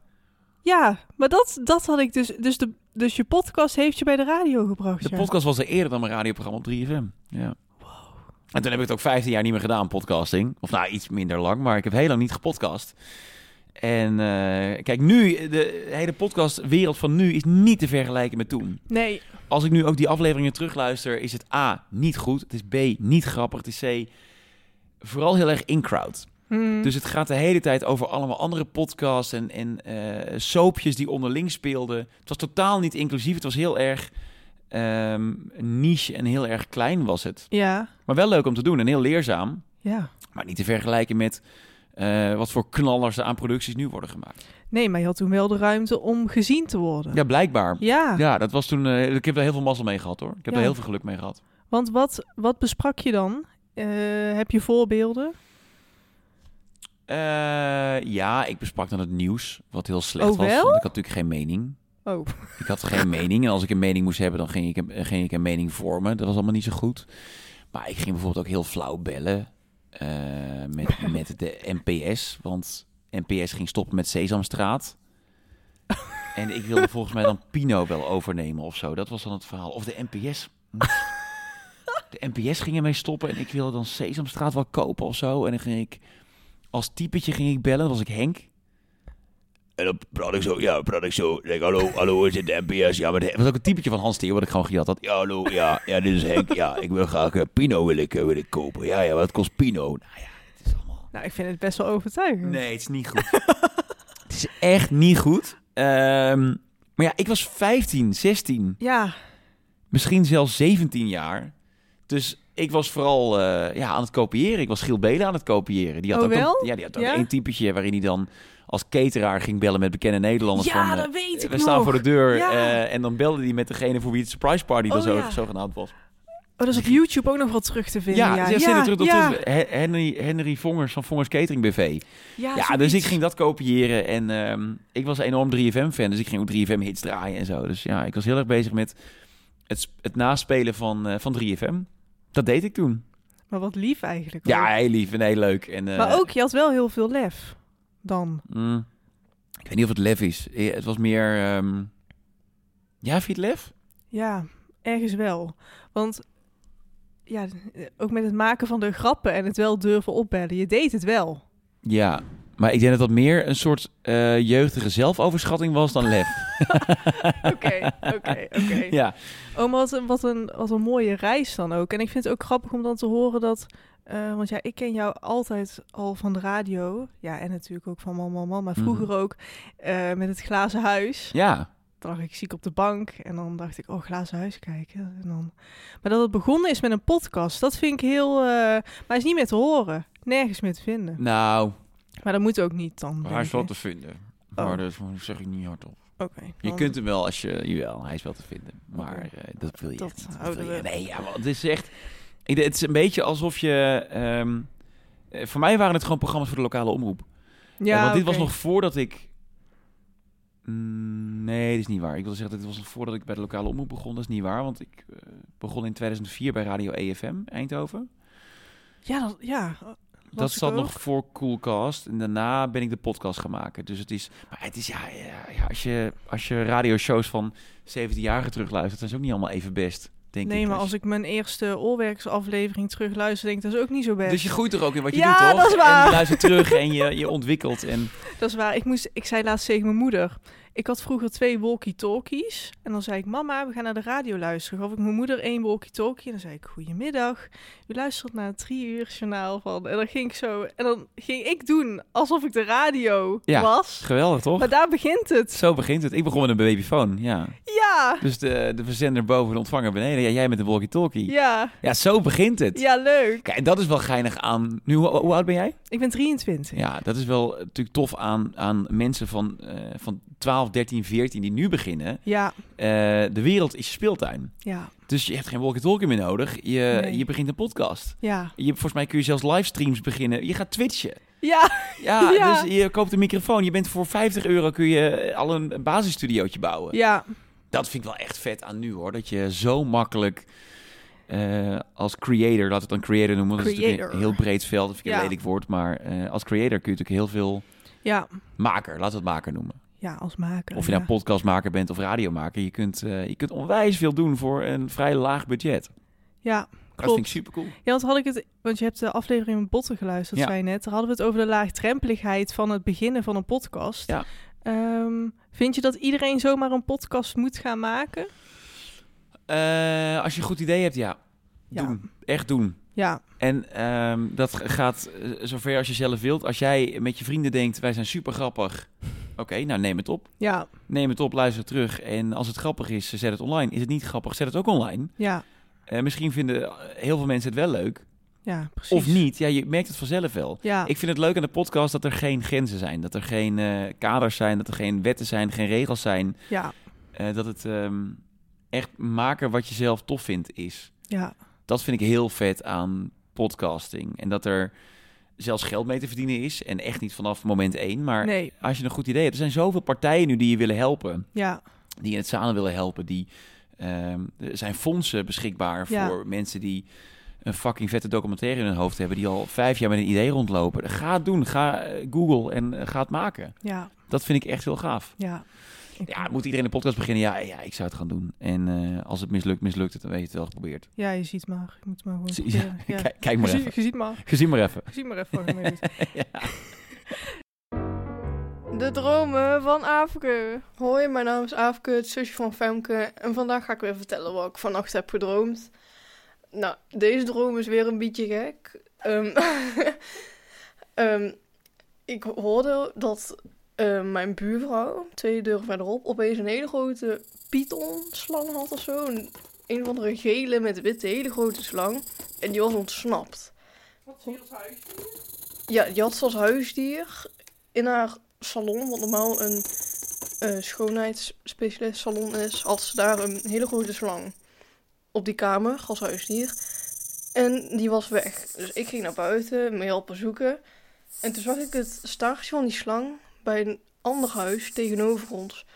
C: Ja, maar dat, dat had ik dus. Dus, de, dus je podcast heeft je bij de radio gebracht.
B: De
C: ja.
B: podcast was er eerder dan mijn radioprogramma op 3FM. Ja. En toen heb ik het ook 15 jaar niet meer gedaan, podcasting. Of nou, iets minder lang, maar ik heb heel lang niet gepodcast. En eh, kijk, nu, de hele podcastwereld van nu is niet te vergelijken met toen.
C: Nee,
B: Als ik nu ook die afleveringen terugluister, is het A, niet goed. Het is B, niet grappig. Het is C, vooral heel erg in-crowd.
C: Hmm.
B: Dus het gaat de hele tijd over allemaal andere podcasts en, en eh, soapjes die onderling speelden. Het was totaal niet inclusief. Het was heel erg ehm, niche en heel erg klein was het.
C: ja,
B: Maar wel leuk om te doen en heel leerzaam.
C: ja.
B: Maar niet te vergelijken met eh, wat voor knallers er aan producties nu worden gemaakt.
C: Nee, maar je had toen wel de ruimte om gezien te worden.
B: Ja, blijkbaar.
C: Ja,
B: Ja, dat was toen. eh, ik heb daar heel veel mazzel mee gehad hoor. Ik heb
C: Ja.
B: daar heel veel geluk mee gehad.
C: want wat, wat besprak je dan? Eh, heb je voorbeelden?
B: Eh, ja, ik besprak dan het nieuws, wat heel slecht
C: Oh,
B: was.
C: wel?
B: Want ik had natuurlijk geen mening.
C: Oh,
B: Ik had geen mening. En als ik een mening moest hebben, dan ging ik, een- ging ik een mening vormen. Dat was allemaal niet zo goed. Maar ik ging bijvoorbeeld ook heel flauw bellen eh, met, met de NPS. Want NPS ging stoppen met Sesamstraat. En ik wilde volgens mij dan Pino wel overnemen of zo. Dat was dan het verhaal. Of de NPS. De NPS ging ermee stoppen en ik wilde dan Sesamstraat wel kopen of zo. En dan ging ik als typetje ging ik bellen. Dan was ik Henk. En dan praat ik zo, ja, praat ik zo. Denk, hallo, hallo, is het de NPS? Ja, maar het was ook een typetje van Hans Theo, wat ik gewoon gejat had. Ja, hallo, ja, ja, dit is Henk. Ja, ik wil graag eh, Pino wil ik, eh, wil ik kopen. Ja, ja, wat kost Pino? Nou ja, het is allemaal...
C: nou, ik vind het best wel overtuigend.
B: Nee, het is niet goed. het is echt niet goed. Ehm, maar ja, ik was 15, 16,
C: Ja,
B: misschien zelfs 17 jaar. Dus ik was vooral eh, ja, aan het kopiëren. Ik was Giel Belen aan het kopiëren. Die had
C: Oh,
B: ook, een-
C: wel?
B: ja, die had ook
C: Ja?
B: één typetje waarin hij dan als cateraar ging bellen met bekende Nederlanders.
C: ja
B: van, eh,
C: dat weet ik
B: we
C: nog.
B: staan voor de deur
C: Ja.
B: eh, en dan belde hij met degene voor wie het surprise party dan
C: Oh,
B: zo,
C: ja.
B: zogenaamd was.
C: Oh, dat is op YouTube ook nog wel terug te vinden. Ja,
B: ja, ze zitten terug tot tussen. He- Henry, Henry Vongers van Vongers Catering BV. Ja, dus ik
C: zoiets.
B: ging dat kopiëren en ehm, ik was een enorm 3FM-fan, dus ik ging ook 3FM-hits draaien en zo. Dus ja, ik was heel erg bezig met het, sp- het naspelen van, eh, van 3FM. Dat deed ik toen.
C: Maar wat lief eigenlijk.
B: Ja,
C: ook.
B: heel lief en heel leuk. En, eh,
C: Oh. Maar ook, je had wel heel veel lef dan.
B: mm, ik weet niet of het lef is. Eh, Het was meer... ehm, ja, vind je het lef?
C: Ja, ergens wel. Want ja, ook met het maken van de grappen en het wel durven opbellen. Je deed het wel.
B: Ja, maar ik denk dat dat meer een soort eh, jeugdige zelfoverschatting was dan lef.
C: Oké, oké, oké.
B: ja.
C: Oh, maar wat een, wat, een, wat een mooie reis dan ook. En ik vind het ook grappig om dan te horen dat... eh, want ja, ik ken jou altijd al van de radio. Ja, en natuurlijk ook van Man, Man, Man. Maar vroeger
B: Mhm.
C: ook eh, met het glazen huis.
B: ja,
C: Dan lag ik ziek op de bank en dan dacht ik, oh, glazen huis kijken. En dan... Maar dat het begonnen is met een podcast, dat vind ik heel... eh, Maar hij is niet meer te horen, nergens meer te vinden.
B: nou,
C: Maar dat moet ook niet dan. denk
B: hij is wel
C: ik.
B: te vinden.
C: Oh.
B: Maar dat zeg ik niet hardop.
C: Oké.
B: Je
C: dan-
B: kunt hem wel als je... Jawel, hij is wel te vinden. Maar
C: Oké.
B: eh, dat wil je
C: Dat
B: echt niet. Dat
C: houden
B: wil je-
C: we.
B: Nee, ja, maar het is echt... ik- Het is een beetje alsof je... ehm, eh, voor mij waren het gewoon programma's voor de lokale omroep.
C: Ja,
B: Eh, want dit
C: oké.
B: was nog voordat ik... Mm, Nee, dat is niet waar. Ik wil zeggen, dit was nog voordat ik bij de lokale omroep begon. Dat is niet waar, want ik eh, begon in 2004 bij Radio EFM Eindhoven.
C: Ja, dat, ja. las
B: Dat
C: ik
B: zat
C: ook.
B: nog voor Coolcast. En daarna ben ik de podcast gaan maken. Dus het is... Maar het is... Ja, ja, ja, als, je, als je radioshows van 17-jarigen terugluistert... dan is het ook niet allemaal even best, denk ik. dus.
C: Nee, maar als ik mijn eerste Olwerksaflevering terugluister, denk ik, dat is ook niet zo best.
B: Dus je groeit er ook in wat je
C: Ja,
B: doet, toch?
C: dat is waar.
B: En je luistert terug en je, je ontwikkelt. En
C: Dat is waar. Ik, moest, ik zei laatst tegen mijn moeder. Ik had vroeger twee walkie-talkies. En dan zei ik, mama, we gaan naar de radio luisteren. Gaf ik mijn moeder één walkie-talkie. En dan zei ik, goedemiddag. U luistert naar het drie uur journaal van... En dan ging ik zo... En dan ging ik doen alsof ik de radio
B: Ja.
C: was.
B: Geweldig, toch?
C: Maar daar begint het.
B: Zo begint het. Ik begon met een babyfoon, ja.
C: Ja,
B: Dus de, de verzender boven de ontvanger beneden. Ja, jij met een walkie-talkie. Ja.
C: ja,
B: zo begint het.
C: ja, leuk.
B: Kijk, en dat is wel geinig aan... Nu, hoe, hoe oud ben jij?
C: Ik ben 23.
B: Ja, dat is wel natuurlijk tof aan, aan mensen van, eh, van 12, 13, 14 die nu beginnen.
C: Ja,
B: Eh, de wereld is je speeltuin.
C: ja,
B: Dus je hebt geen walkie-talkie meer nodig. Je,
C: Nee.
B: je begint een podcast.
C: ja.
B: Je, volgens mij kun je zelfs livestreams beginnen. Je gaat twitchen.
C: Ja,
B: Ja,
C: Ja.
B: dus je koopt een microfoon. Je bent voor 50 euro kun je al een basisstudiootje bouwen.
C: ja.
B: Dat vind ik wel echt vet aan nu hoor. Dat je zo makkelijk eh, als creator, laten we het dan creator noemen. want Dat is natuurlijk een
C: Creator.
B: heel breed veld. Dat vind ik
C: Ja.
B: een lelijk woord. Maar eh, als creator kun je natuurlijk heel veel
C: Ja,
B: maker, laten we het maker noemen.
C: ja als maker.
B: Of je nou
C: ja.
B: podcastmaker bent of radiomaker. Je kunt, eh, je kunt onwijs veel doen voor een vrij laag budget.
C: Ja,
B: Dat vind
C: klopt.
B: ik super cool.
C: Ja, want had ik het, want je hebt de aflevering met Botten geluisterd,
B: Ja.
C: zei je net. Daar hadden we het over de laagdrempeligheid van het beginnen van een podcast.
B: Ja.
C: Ehm, vind je dat iedereen zomaar een podcast moet gaan maken?
B: Eh, als je een goed idee hebt, ja.
C: Ja.
B: Doen. Echt doen.
C: Ja,
B: En ehm, dat g- gaat eh, zover als je zelf wilt. Als jij met je vrienden denkt, wij zijn super grappig. Oké, nou neem het op.
C: ja,
B: Neem het op, luister het terug. En als het grappig is, zet het online. Is het niet grappig, zet het ook online.
C: ja,
B: Eh, misschien vinden heel veel mensen het wel leuk.
C: ja, precies.
B: Of niet. Ja, je merkt het vanzelf wel.
C: Ja,
B: Ik vind het leuk aan de podcast dat er geen grenzen zijn. Dat er geen eh, kaders zijn, dat er geen wetten zijn, geen regels zijn.
C: ja,
B: Eh, dat het ehm, echt maken wat je zelf tof vindt is.
C: ja,
B: Dat vind ik heel vet aan podcasting. En dat er zelfs geld mee te verdienen is. En echt niet vanaf moment één. Maar
C: nee,
B: als je een goed idee hebt. Er zijn zoveel partijen nu die je willen helpen.
C: ja,
B: Die in het samen willen helpen. Die, ehm, er zijn fondsen beschikbaar
C: Ja.
B: voor mensen die een fucking vette documentaire in hun hoofd hebben. Die al vijf jaar met een idee rondlopen. Ga het doen. Ga eh, Google en eh, ga het maken.
C: ja,
B: Dat vind ik echt heel gaaf.
C: ja. Ik-
B: Ja, moet iedereen een podcast beginnen? Ja, ja ik zou het gaan doen. En eh, als het mislukt, mislukt het. Dan weet je het wel geprobeerd.
C: ja, je ziet maar. Je moet maar gewoon
B: Zie-
C: proberen. Ja.
B: Kijk, kijk maar
C: Je,
B: even.
C: ziet, je ziet maar.
B: Gezien maar even.
C: Je ziet maar even. wat je mee doet.
A: De dromen van Aafke. Hoi, mijn naam is Aafke, het zusje van Femke. En vandaag ga ik weer vertellen wat ik vannacht heb gedroomd. Nou, deze droom is weer een beetje gek. Ehm, ehm, ik hoorde dat ehm, mijn buurvrouw, twee deuren verderop, opeens een hele grote pythonslang had of zo. Een, een van de gele met witte, hele grote slang. En die was ontsnapt. Ja, die had ze als huisdier in haar salon, wat normaal een eh, schoonheidsspecialist salon is, had ze daar een hele grote slang op die kamer als huisdier. En die was weg. Dus ik ging naar buiten, me helpen zoeken. En toen zag ik het staartje van die slang bij een ander huis tegenover ons.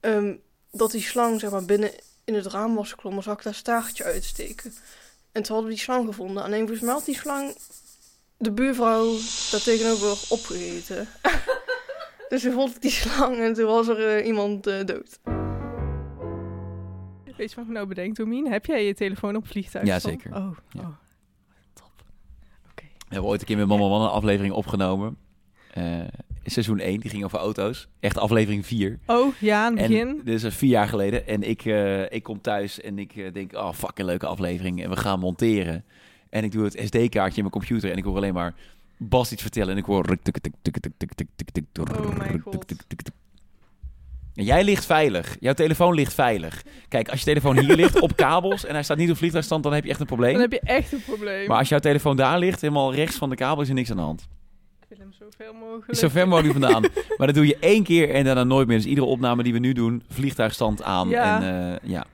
A: Ehm, dat die slang zeg maar binnen in het raam was geklommen, zag ik daar staartje uitsteken. En toen hadden we die slang gevonden. Alleen volgens mij had die slang de buurvrouw daar tegenover opgegeten. dus ze vond die slang en toen was er eh, iemand eh, dood.
C: Weet je wat ik me nou bedenk, Domien? Heb jij je telefoon op vliegtuig?
B: Ja,
C: staan?
B: zeker.
C: Oh,
B: Ja.
C: oh. top. Oké.
B: We hebben ooit een keer met Mama Man een aflevering opgenomen. Eh, seizoen 1, die ging over auto's. Echt aflevering 4.
C: Oh, ja, aan het begin.
B: En dit is eh, vier jaar geleden. En ik, eh, ik kom thuis en ik eh, denk, oh, fucking leuke aflevering. En we gaan monteren. En ik doe het SD-kaartje in mijn computer en ik hoor alleen maar Bas iets vertellen. En ik hoor... ruk, tuk, tuk, tuk, tuk, tuk, tuk, tuk, tuk, tuk,
C: Oh mijn
B: ruk,
C: god.
B: tuk, tuk, tuk, tuk. En jij ligt veilig. Jouw telefoon ligt veilig. Kijk, als je telefoon hier ligt op kabels en hij staat niet op vliegtuigstand, dan heb je echt een
C: Dan
B: probleem.
C: heb je echt een probleem.
B: Maar als jouw telefoon daar ligt, helemaal rechts van de kabel, is er niks aan de hand.
C: Ik wil hem zoveel mogelijk.
B: Zo ver mogelijk vandaan. Maar dat doe je één keer en daarna nooit meer. Dus iedere opname die we nu doen, vliegtuigstand aan.
C: Ja. Oh,
B: En, eh, ja.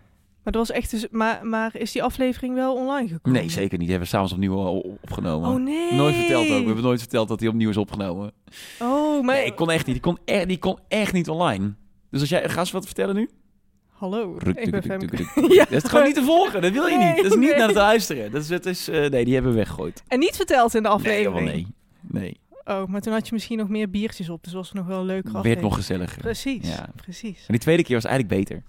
C: Maar, dat was echt dus, maar, maar is die aflevering wel online gekomen?
B: Nee, zeker niet. Die hebben we s'avonds opnieuw al opgenomen.
C: Oh nee.
B: Nooit verteld ook. We hebben nooit verteld dat hij opnieuw is opgenomen.
C: Oh, maar...
B: Nee, ik kon echt niet. Die kon echt, die kon echt niet online. Dus als jij... Ga eens wat vertellen nu?
C: Hallo,
B: Ruk,
C: ik ben
B: tuk, tuk,
C: Femke.
B: tuk, tuk.
C: Ja.
B: Dat is gewoon niet te volgen. Dat wil je
C: Nee,
B: niet. Dat is niet
C: nee.
B: naar het luisteren. Dat is... Dat is eh, nee, die hebben we weggegooid.
C: En niet verteld in de
B: Nee,
C: aflevering.
B: joh, nee. Nee.
C: Oh, maar toen had je misschien nog meer biertjes op. Dus was het nog wel een leukere
B: Werd
C: aflevering.
B: nog gezelliger. En
C: Precies,
B: Ja.
C: precies.
B: die tweede keer was eigenlijk beter.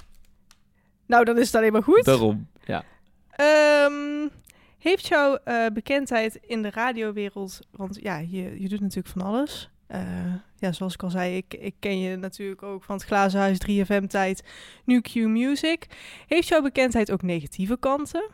C: Nou, dan is het alleen maar goed.
B: Daarom. Ja.
C: Ehm, heeft jouw eh, bekendheid in de radiowereld... Want ja, je, je doet natuurlijk van alles. eh, ja, zoals ik al zei, ik, ik ken je natuurlijk ook van het Glazen Huis 3FM tijd, nu Q Music. Heeft jouw bekendheid ook negatieve kanten?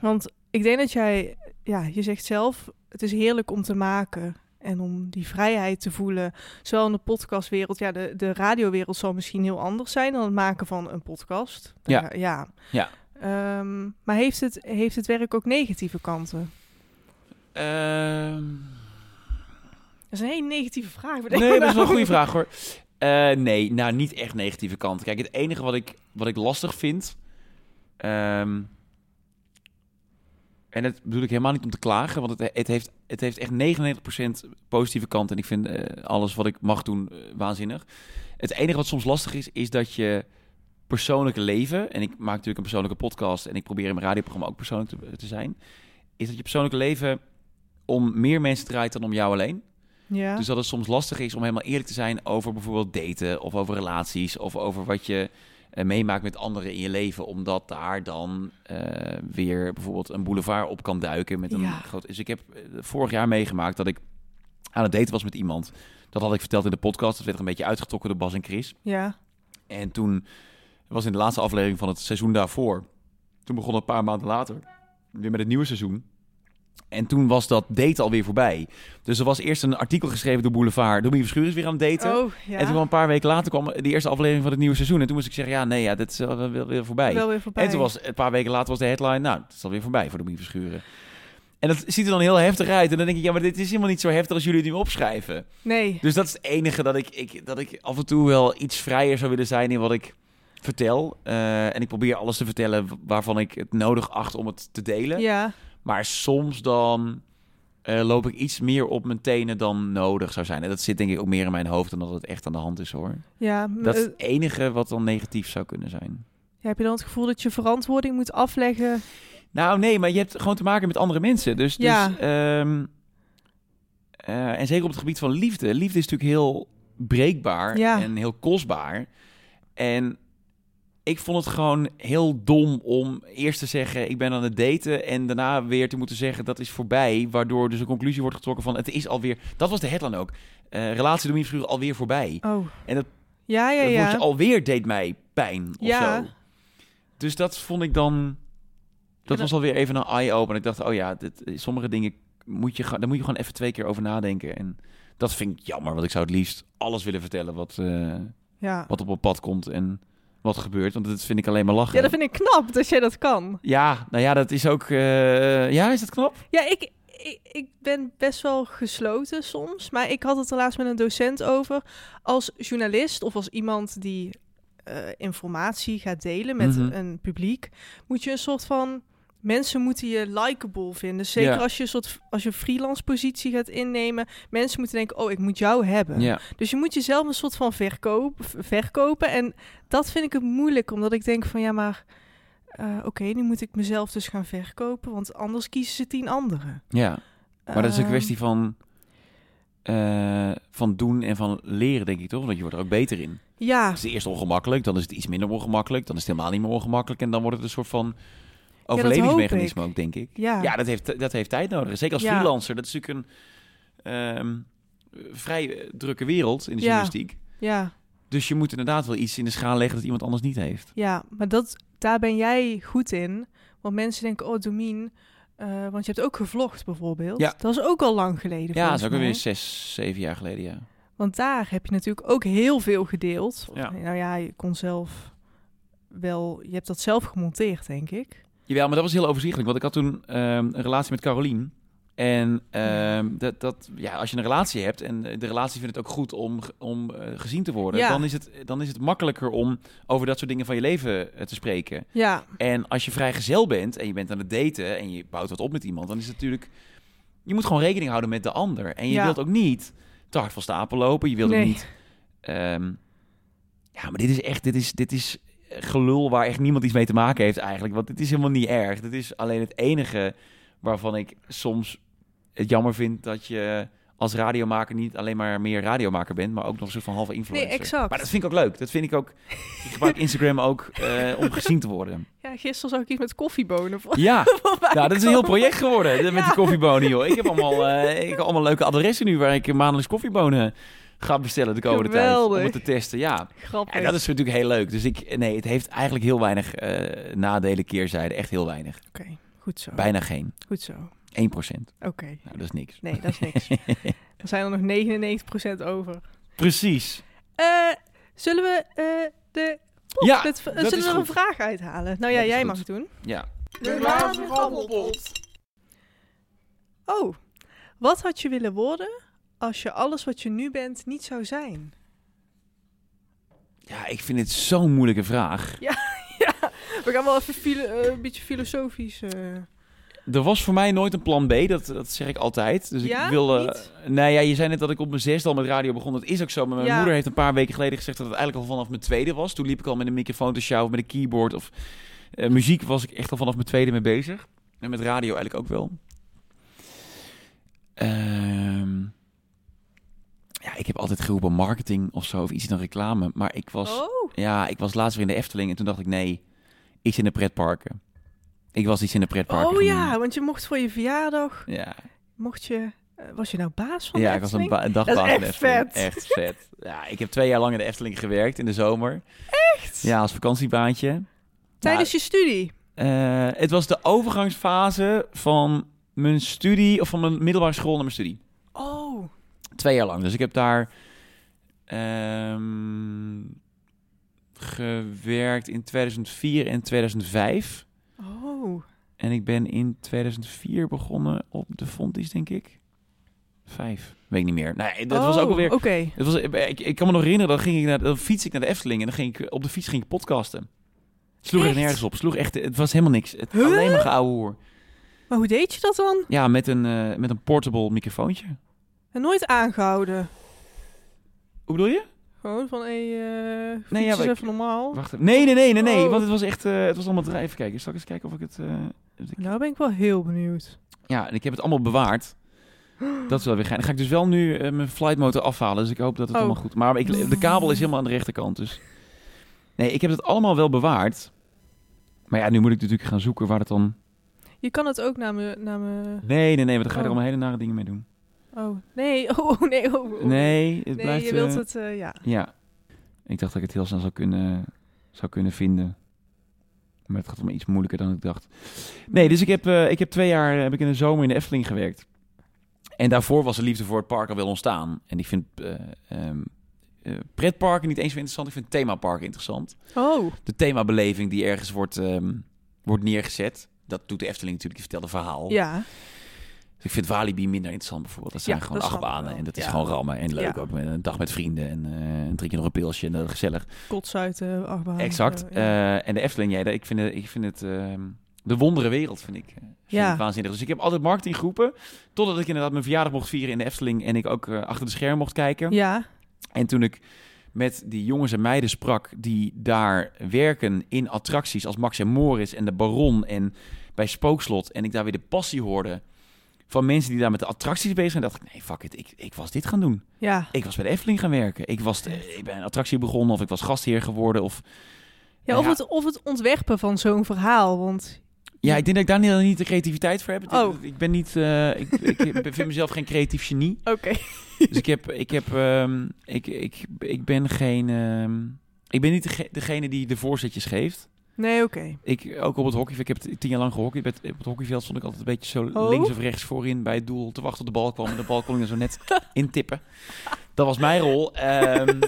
C: Want ik denk dat jij, ja, je zegt zelf, het is heerlijk om te maken en om die vrijheid te voelen. Zowel in de podcastwereld, ja, de, de radiowereld zal misschien heel anders zijn dan het maken van een podcast.
B: Ja.
C: Daar- ja.
B: Ja.
C: Ehm, maar heeft het, heeft het werk ook negatieve kanten?
B: Ehm,
C: Dat is een hele negatieve vraag. bedenk
B: Nee,
C: me
B: dat is wel
C: nou.
B: een goede vraag hoor. Eh, nee, nou niet echt negatieve kant. Kijk, het enige wat ik, wat ik lastig vind. ehm, en dat bedoel ik helemaal niet om te klagen, want het, het, heeft, het heeft echt 99% positieve kant. En ik vind eh, alles wat ik mag doen eh, waanzinnig. Het enige wat soms lastig is, is dat je persoonlijke leven. En ik maak natuurlijk een persoonlijke podcast. En ik probeer in mijn radioprogramma ook persoonlijk te, te zijn. Is dat je persoonlijke leven om meer mensen draait dan om jou alleen.
C: Ja.
B: Dus dat het soms lastig is om helemaal eerlijk te zijn over bijvoorbeeld daten of over relaties of over wat je eh, meemaakt met anderen in je leven, omdat daar dan eh, weer bijvoorbeeld een boulevard op kan duiken met een
C: Ja.
B: groot. Dus ik heb eh, vorig jaar meegemaakt dat ik aan het daten was met iemand. Dat had ik verteld in de podcast. Dat werd er een beetje uitgetrokken door Bas en Chris.
C: ja.
B: En toen was in de laatste aflevering van het seizoen daarvoor. Toen begon een paar maanden later weer met het nieuwe seizoen. En toen was dat date alweer voorbij. Dus er was eerst een artikel geschreven door Boulevard. Domien Verschuur is weer aan het daten.
C: Oh, ja.
B: En toen wel een paar weken later kwam de eerste aflevering van het nieuwe seizoen. En toen moest ik zeggen, ja, nee, ja, dat is eh, wel weer- weer voorbij.
C: Wel weer voorbij.
B: En toen was een paar weken later was de headline, nou, het is alweer voorbij voor Domien Verschuren. En dat ziet er dan heel heftig uit. En dan denk ik, ja, maar dit is helemaal niet zo heftig als jullie het nu opschrijven.
C: Nee.
B: Dus dat is het enige dat ik, ik, dat ik af en toe wel iets vrijer zou willen zijn in wat ik vertel. Eh, en ik probeer alles te vertellen waarvan ik het nodig acht om het te delen.
C: Ja.
B: Maar soms dan eh, loop ik iets meer op mijn tenen dan nodig zou zijn. En dat zit denk ik ook meer in mijn hoofd dan dat het echt aan de hand is hoor.
C: Ja.
B: Dat is
C: Eh,
B: het enige wat dan negatief zou kunnen zijn.
C: ja, Heb je dan het gevoel dat je verantwoording moet afleggen?
B: Nou, nee, maar je hebt gewoon te maken met andere mensen. Dus,
C: Ja.
B: dus ehm, eh, en zeker op het gebied van liefde. Liefde is natuurlijk heel breekbaar
C: Ja.
B: en heel kostbaar. En ik vond het gewoon heel dom om eerst te zeggen... ik ben aan het daten en daarna weer te moeten zeggen... dat is voorbij, waardoor dus een conclusie wordt getrokken van... het is alweer... Dat was de headline ook. Eh relatie door Miep alweer voorbij.
C: Oh.
B: En dat-
C: Ja, ja,
B: dat
C: ja.
B: woordje alweer deed mij pijn of
C: Ja.
B: zo. Dus dat vond ik dan... Dat
C: dat-
B: was alweer even een eye-open. Ik dacht, oh ja, dit, sommige dingen moet je, gewoon- daar moet je gewoon even twee keer over nadenken. En dat vind ik jammer, want ik zou het liefst alles willen vertellen wat, eh,
C: Ja.
B: wat op mijn pad komt en wat er gebeurt. Want dat vind ik alleen maar lachen.
C: ja, dat vind ik knap dat jij dat kan.
B: Ja, nou ja, dat is ook... eh, ja, is dat knap?
C: Ja, ik, ik, ik ben best wel gesloten soms. Maar ik had het er laatst met een docent over. Als journalist of als iemand die eh, informatie gaat delen met
B: Mhm.
C: een publiek, moet je een soort van. Mensen moeten je likable vinden. Zeker
B: Ja.
C: als je een soort als je een freelance positie gaat innemen. Mensen moeten denken, oh, ik moet jou hebben.
B: Ja.
C: Dus je moet jezelf een soort van verkoop, v- verkopen. En dat vind ik het moeilijk, omdat ik denk van ja, maar eh, oké, nu moet ik mezelf dus gaan verkopen, want anders kiezen ze tien anderen.
B: ja. Maar dat is een
C: Ehm,
B: kwestie van, eh, van doen en van leren, denk ik toch? Want je wordt er ook beter in.
C: Ja,
B: Het is eerst ongemakkelijk, dan is het iets minder ongemakkelijk, dan is het helemaal niet meer ongemakkelijk en dan wordt het een soort van
C: hoop
B: overlevingsmechanisme ook, denk ik.
C: ja,
B: Ja, dat heeft, dat heeft tijd nodig. Zeker als
C: Ja.
B: freelancer, dat is natuurlijk een ehm, vrij eh, drukke wereld in de
C: Ja.
B: journalistiek.
C: ja,
B: Dus je moet inderdaad wel iets in de schaal leggen dat iemand anders niet heeft.
C: ja. Maar dat, daar ben jij goed in. Want mensen denken, oh, Domien, eh, want je hebt ook gevlogd bijvoorbeeld.
B: Ja.
C: Dat is ook al lang geleden.
B: ja, dat
C: volgens
B: is ook alweer
C: mij.
B: zes, zeven jaar geleden, ja.
C: Want daar heb je natuurlijk ook heel veel gedeeld.
B: Ja.
C: Nou ja, je kon zelf wel, je hebt dat zelf gemonteerd, denk ik.
B: Jawel, maar dat was heel overzichtelijk. Want ik had toen ehm, een relatie met Carolien. En ehm, dat, dat, ja, als je een relatie hebt en eh, de relatie vindt het ook goed om, ge- om eh, gezien te worden,
C: Ja.
B: dan, is het, dan is het makkelijker om over dat soort dingen van je leven eh, te spreken.
C: Ja,
B: En als je vrijgezel bent en je bent aan het daten en je bouwt wat op met iemand, dan is het natuurlijk. Je moet gewoon rekening houden met de ander. En je
C: Ja.
B: wilt ook niet te hard van stapel lopen. Je wilt
C: Nee.
B: ook niet. ehm, ja, maar dit is echt. Dit is, dit is gelul waar echt niemand iets mee te maken heeft eigenlijk. Want dit is helemaal niet erg. Dit is alleen het enige waarvan ik soms het jammer vind dat je als radiomaker niet alleen maar meer radiomaker bent, maar ook nog een soort van halve influencer.
C: exact.
B: Maar dat vind ik ook leuk. Dat vind ik ook. Ik gebruik Instagram ook eh, om gezien te worden.
C: Ja, gisteren zag ik iets met koffiebonen voor.
B: Ja.
C: voorbij
B: Nou, dat is een heel
C: komen.
B: project geworden eh, met
C: Ja.
B: die koffiebonen, joh. Ik heb allemaal, eh, ik heb allemaal leuke adressen nu waar ik maandelijks koffiebonen ga bestellen de komende tijd.
C: Geweldig.
B: Om het te testen, ja.
C: Grappig.
B: En dat is natuurlijk heel leuk. Dus ik, nee, het heeft eigenlijk heel weinig eh, nadelen, keerzijde. Echt heel weinig.
C: Oké, goed zo.
B: Bijna geen. 1%.
C: Goed zo. Oké.
B: Nou, dat is niks.
C: Nee, dat is niks. Dan zijn er nog 99% over.
B: Precies.
C: Eh, zullen we eh, de... pot-
B: Ja,
C: het- eh,
B: dat
C: zullen
B: is
C: we er een
B: goed.
C: vraag uithalen? Nou ja,
B: Dat is
C: jij
B: goed.
C: mag het doen.
B: Ja.
A: De laatste rabbelpot.
C: Oh, wat had je willen worden als je alles wat je nu bent niet zou zijn?
B: Ja, ik vind het zo'n moeilijke vraag.
C: We gaan wel even filo- eh, een beetje filosofisch... eh,
B: Er was voor mij nooit een plan B, dat, dat zeg ik altijd. Dus
C: Ja?
B: ik wilde.
C: Niet?
B: Nou ja, je zei net dat ik op mijn zesde al met radio begon. Dat is ook zo. Maar mijn
C: Ja.
B: moeder heeft een paar weken geleden gezegd dat het eigenlijk al vanaf mijn tweede was. Toen liep ik al met een microfoon te sjouwen, met een keyboard. Of eh, muziek was ik echt al vanaf mijn tweede mee bezig. En met radio eigenlijk ook wel. Ehm, ja, ik heb altijd geroepen marketing of zo, of iets dan reclame. Maar ik was.
C: Oh,
B: Ja, ik was laatst weer in de Efteling en toen dacht ik, nee, iets in de pretparken. Ik was iets in de pretparken.
C: oh
B: gaan
C: ja, want je mocht voor je verjaardag...
B: doen. Ja,
C: Mocht je... eh, was je nou baas van de
B: ja ik was een,
C: Efteling?
B: ba- een
C: is
B: dagbaas in de
C: echt
B: Efteling.
C: vet.
B: Echt vet. Ja, ik heb twee jaar lang in de Efteling gewerkt in de zomer. Echt? Ja, als vakantiebaantje.
C: Tijdens je studie?
B: Nou, eh, het was de overgangsfase van mijn studie, of van mijn middelbare school naar mijn studie.
C: Oh,
B: Twee jaar lang. Dus ik heb daar ehm, gewerkt in 2004 en 2005.
C: oh.
B: En ik ben in 2004 begonnen op de Fonties, denk ik. Vijf. Weet ik niet meer. Nee, dat was
C: Oh,
B: ook alweer...
C: Oké.
B: Het was, ik, ik kan me nog herinneren, dan, ging ik naar, dan fiets ik naar de Efteling en dan ging ik op de fiets ging ik podcasten. Sloeg
C: Echt?
B: er nergens op. Sloeg echt, het was helemaal niks. Het,
C: Huh?
B: Alleen maar geouwe hoer.
C: Maar hoe deed je dat dan?
B: Ja, met een, eh, met een portable microfoontje.
C: En nooit aangehouden.
B: Hoe bedoel je?
C: Gewoon van, hé, hey, eh
B: Nee, ja,
C: fiets
B: maar
C: eens
B: ik-
C: even normaal.
B: Wacht even. Nee, nee, nee, nee, nee.
C: Oh.
B: Want het was echt, eh, het was allemaal drijven. Kijk, zal ik eens kijken of ik het... eh, dat ik-
C: Nou ben ik wel heel benieuwd.
B: Ja, en ik heb het allemaal bewaard. Dat is wel weer geinig. Dan ga ik dus wel nu eh, mijn flight motor afhalen. Dus ik hoop dat het
C: Oh.
B: allemaal goed... Maar ik, de kabel is helemaal aan de rechterkant, dus... Nee, ik heb het allemaal wel bewaard. Maar ja, nu moet ik natuurlijk gaan zoeken waar het dan...
C: Je kan het ook naar me... Naar me...
B: Nee, nee, nee, want dan ga je er
C: Oh.
B: allemaal hele nare dingen mee doen.
C: Oh, nee. Oh, oh, nee. Oh, oh.
B: Nee, het
C: Nee,
B: blijft...
C: je wilt
B: eh,
C: het, eh, ja.
B: Ja. Ik dacht dat ik het heel snel zou kunnen, zou kunnen vinden. Maar het gaat om iets moeilijker dan ik dacht. Nee, dus ik heb, eh, ik heb twee jaar eh, heb ik in de zomer in de Efteling gewerkt. En daarvoor was de liefde voor het park al wel ontstaan. En ik vind eh, ehm, eh, pretparken niet eens zo interessant. Ik vind themaparken interessant.
C: Oh,
B: De themabeleving die ergens wordt, ehm, wordt neergezet. Dat doet de Efteling natuurlijk. Je vertelt een verhaal.
C: ja.
B: Dus ik vind Walibi minder interessant bijvoorbeeld. Dat zijn
C: Ja,
B: gewoon
C: dat snap ik
B: achtbanen.
C: wel.
B: En dat is
C: Ja.
B: gewoon rammen. En leuk
C: Ja.
B: ook. Met een dag met vrienden. En eh drink je nog een pilsje. En dat is gezellig.
C: Kots uit de achtbaan.
B: Exact.
C: Eh, ja.
B: Eh, en de Efteling, ja, ik vind het, ik vind het ehm, de wondere wereld, vind ik. eh, Vind
C: Ja.
B: ik waanzinnig. Dus ik heb altijd marketinggroepen. Totdat ik inderdaad mijn verjaardag mocht vieren in de Efteling. En ik ook eh, achter de scherm mocht kijken.
C: ja.
B: En toen ik met die jongens en meiden sprak die daar werken in attracties als Max en Morris en de Baron en bij Spookslot. En ik daar weer de passie hoorde van mensen die daar met de attracties bezig zijn. dacht ik, nee, fuck it, ik, ik was dit gaan doen.
C: Ja.
B: Ik was bij de Efteling gaan werken. Ik, was de- ik ben een attractie begonnen of ik was gastheer geworden. Of,
C: ja, of,
B: Ja.
C: Het, of het ontwerpen van zo'n verhaal, want...
B: ja, ik denk dat ik daar niet, niet de creativiteit voor heb. Het-
C: Oh.
B: Ik ben niet... eh, ik, ik ben- vind mezelf geen creatief genie.
C: Oké.
B: Dus ik heb... Ik, heb, ehm, ik, ik, ik ben geen... ehm, ik ben niet dege- degene die de voorzetjes geeft.
C: Nee, oké.
B: Ik, ook op het hockey, ik heb t- tien jaar lang gehockeyd. Bij het- Op het hockeyveld stond ik altijd een beetje zo
C: Oh.
B: links of rechts voorin bij het doel te wachten op de bal kwam. En de bal kon ik er zo net in tippen. Dat was mijn rol. Ehm,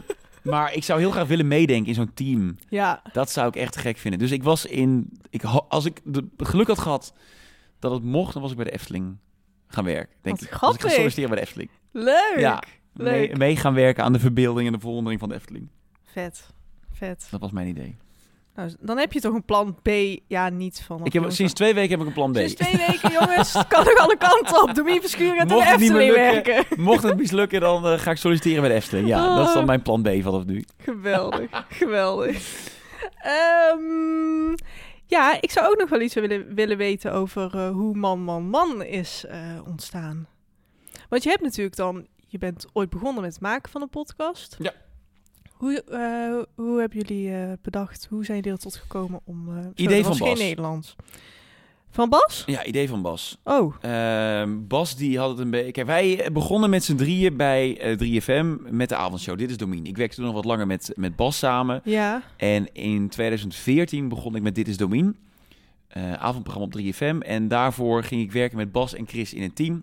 B: maar ik zou heel graag willen meedenken in zo'n team.
C: Ja.
B: Dat zou ik echt gek vinden. Dus ik was in. Ik, ho- als ik de het geluk had gehad dat het mocht, dan was ik bij de Efteling gaan werken. Denk
C: Wat
B: ik. Als ik ga
C: grappig.
B: solliciteren bij de Efteling.
C: Leuk.
B: Ja.
C: Leuk.
B: Mee, mee gaan werken aan de verbeelding en de verwondering van de Efteling.
C: Vet. Vet.
B: Dat was mijn idee.
C: Nou, dan heb je toch een plan B. Ja, niet van...
B: Ik heb, sinds twee weken heb ik een plan B.
C: Sinds twee weten, jongens. Het kan nog alle kanten op. Domien Verschuren en de
B: Mocht het niet meer
C: Efteling
B: lukken.
C: werken.
B: Mocht het mislukken, dan eh, ga ik solliciteren bij de Efteling. Ja, dat is
C: Oh.
B: dan mijn plan B vanaf nu.
C: Geweldig, geweldig. Ehm, ja, ik zou ook nog wel iets willen, willen weten over eh, hoe man, man, man is eh, ontstaan. Want je hebt natuurlijk dan, je bent ooit begonnen met het maken van een podcast.
B: Ja.
C: Hoe, eh, hoe hebben jullie eh, bedacht, hoe zijn jullie er tot gekomen om... eh, zo,
B: Idee
C: dat was
B: van Bas.
C: geen Nederlands. Van Bas?
B: Ja, idee van Bas.
C: Oh,
B: Ehm, Bas die had het een beetje... Kijk, wij begonnen met z'n drieën bij eh, 3FM met de avondshow. Dit is Domien. Ik werkte toen nog wat langer met, met Bas samen.
C: ja.
B: En in 2014 begon ik met Dit is Domien. eh, avondprogramma op 3FM. En daarvoor ging ik werken met Bas en Chris in een team.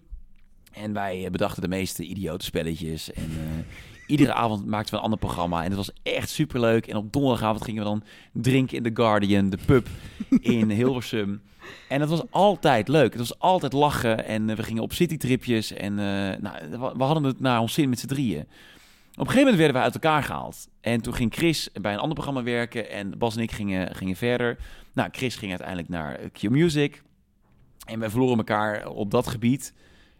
B: En wij eh, bedachten de meeste idiote spelletjes. En eh, iedere avond maakten we een ander programma. En het was echt superleuk. En op donderdagavond gingen we dan drinken in The Guardian, de pub in Hilversum. En dat was altijd leuk. Het was altijd lachen. En eh, we gingen op citytripjes. En eh, nou, we- we hadden het naar ons zin met z'n drieën. Op een gegeven moment werden we uit elkaar gehaald. En toen ging Chris bij een ander programma werken. En Bas en ik gingen, gingen verder. Nou, Chris ging uiteindelijk naar eh, Q Music. En we verloren elkaar op dat gebied,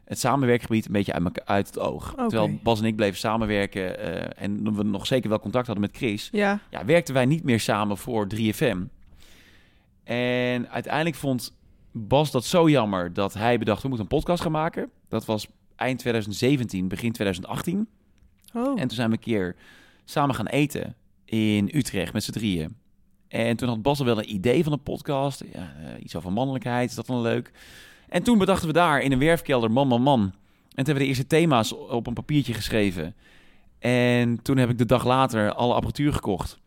B: het samenwerkgebied, een beetje uit, elka- uit het oog.
C: Oké.
B: Terwijl Bas en ik bleven samenwerken. eh, en we nog zeker wel contact hadden met Chris
C: Ja,
B: ja, werkten wij niet meer samen voor 3FM. En uiteindelijk vond Bas dat zo jammer dat hij bedacht, we moeten een podcast gaan maken. Dat was eind 2017, begin 2018.
C: oh.
B: En toen zijn we een keer samen gaan eten in Utrecht met z'n drieën. En toen had Bas al wel een idee van een podcast. Ja, eh, iets over mannelijkheid, is dat dan leuk? En toen bedachten we daar in een werfkelder man, man, man. En toen hebben we de eerste thema's op een papiertje geschreven. En toen heb ik de dag later alle apparatuur gekocht.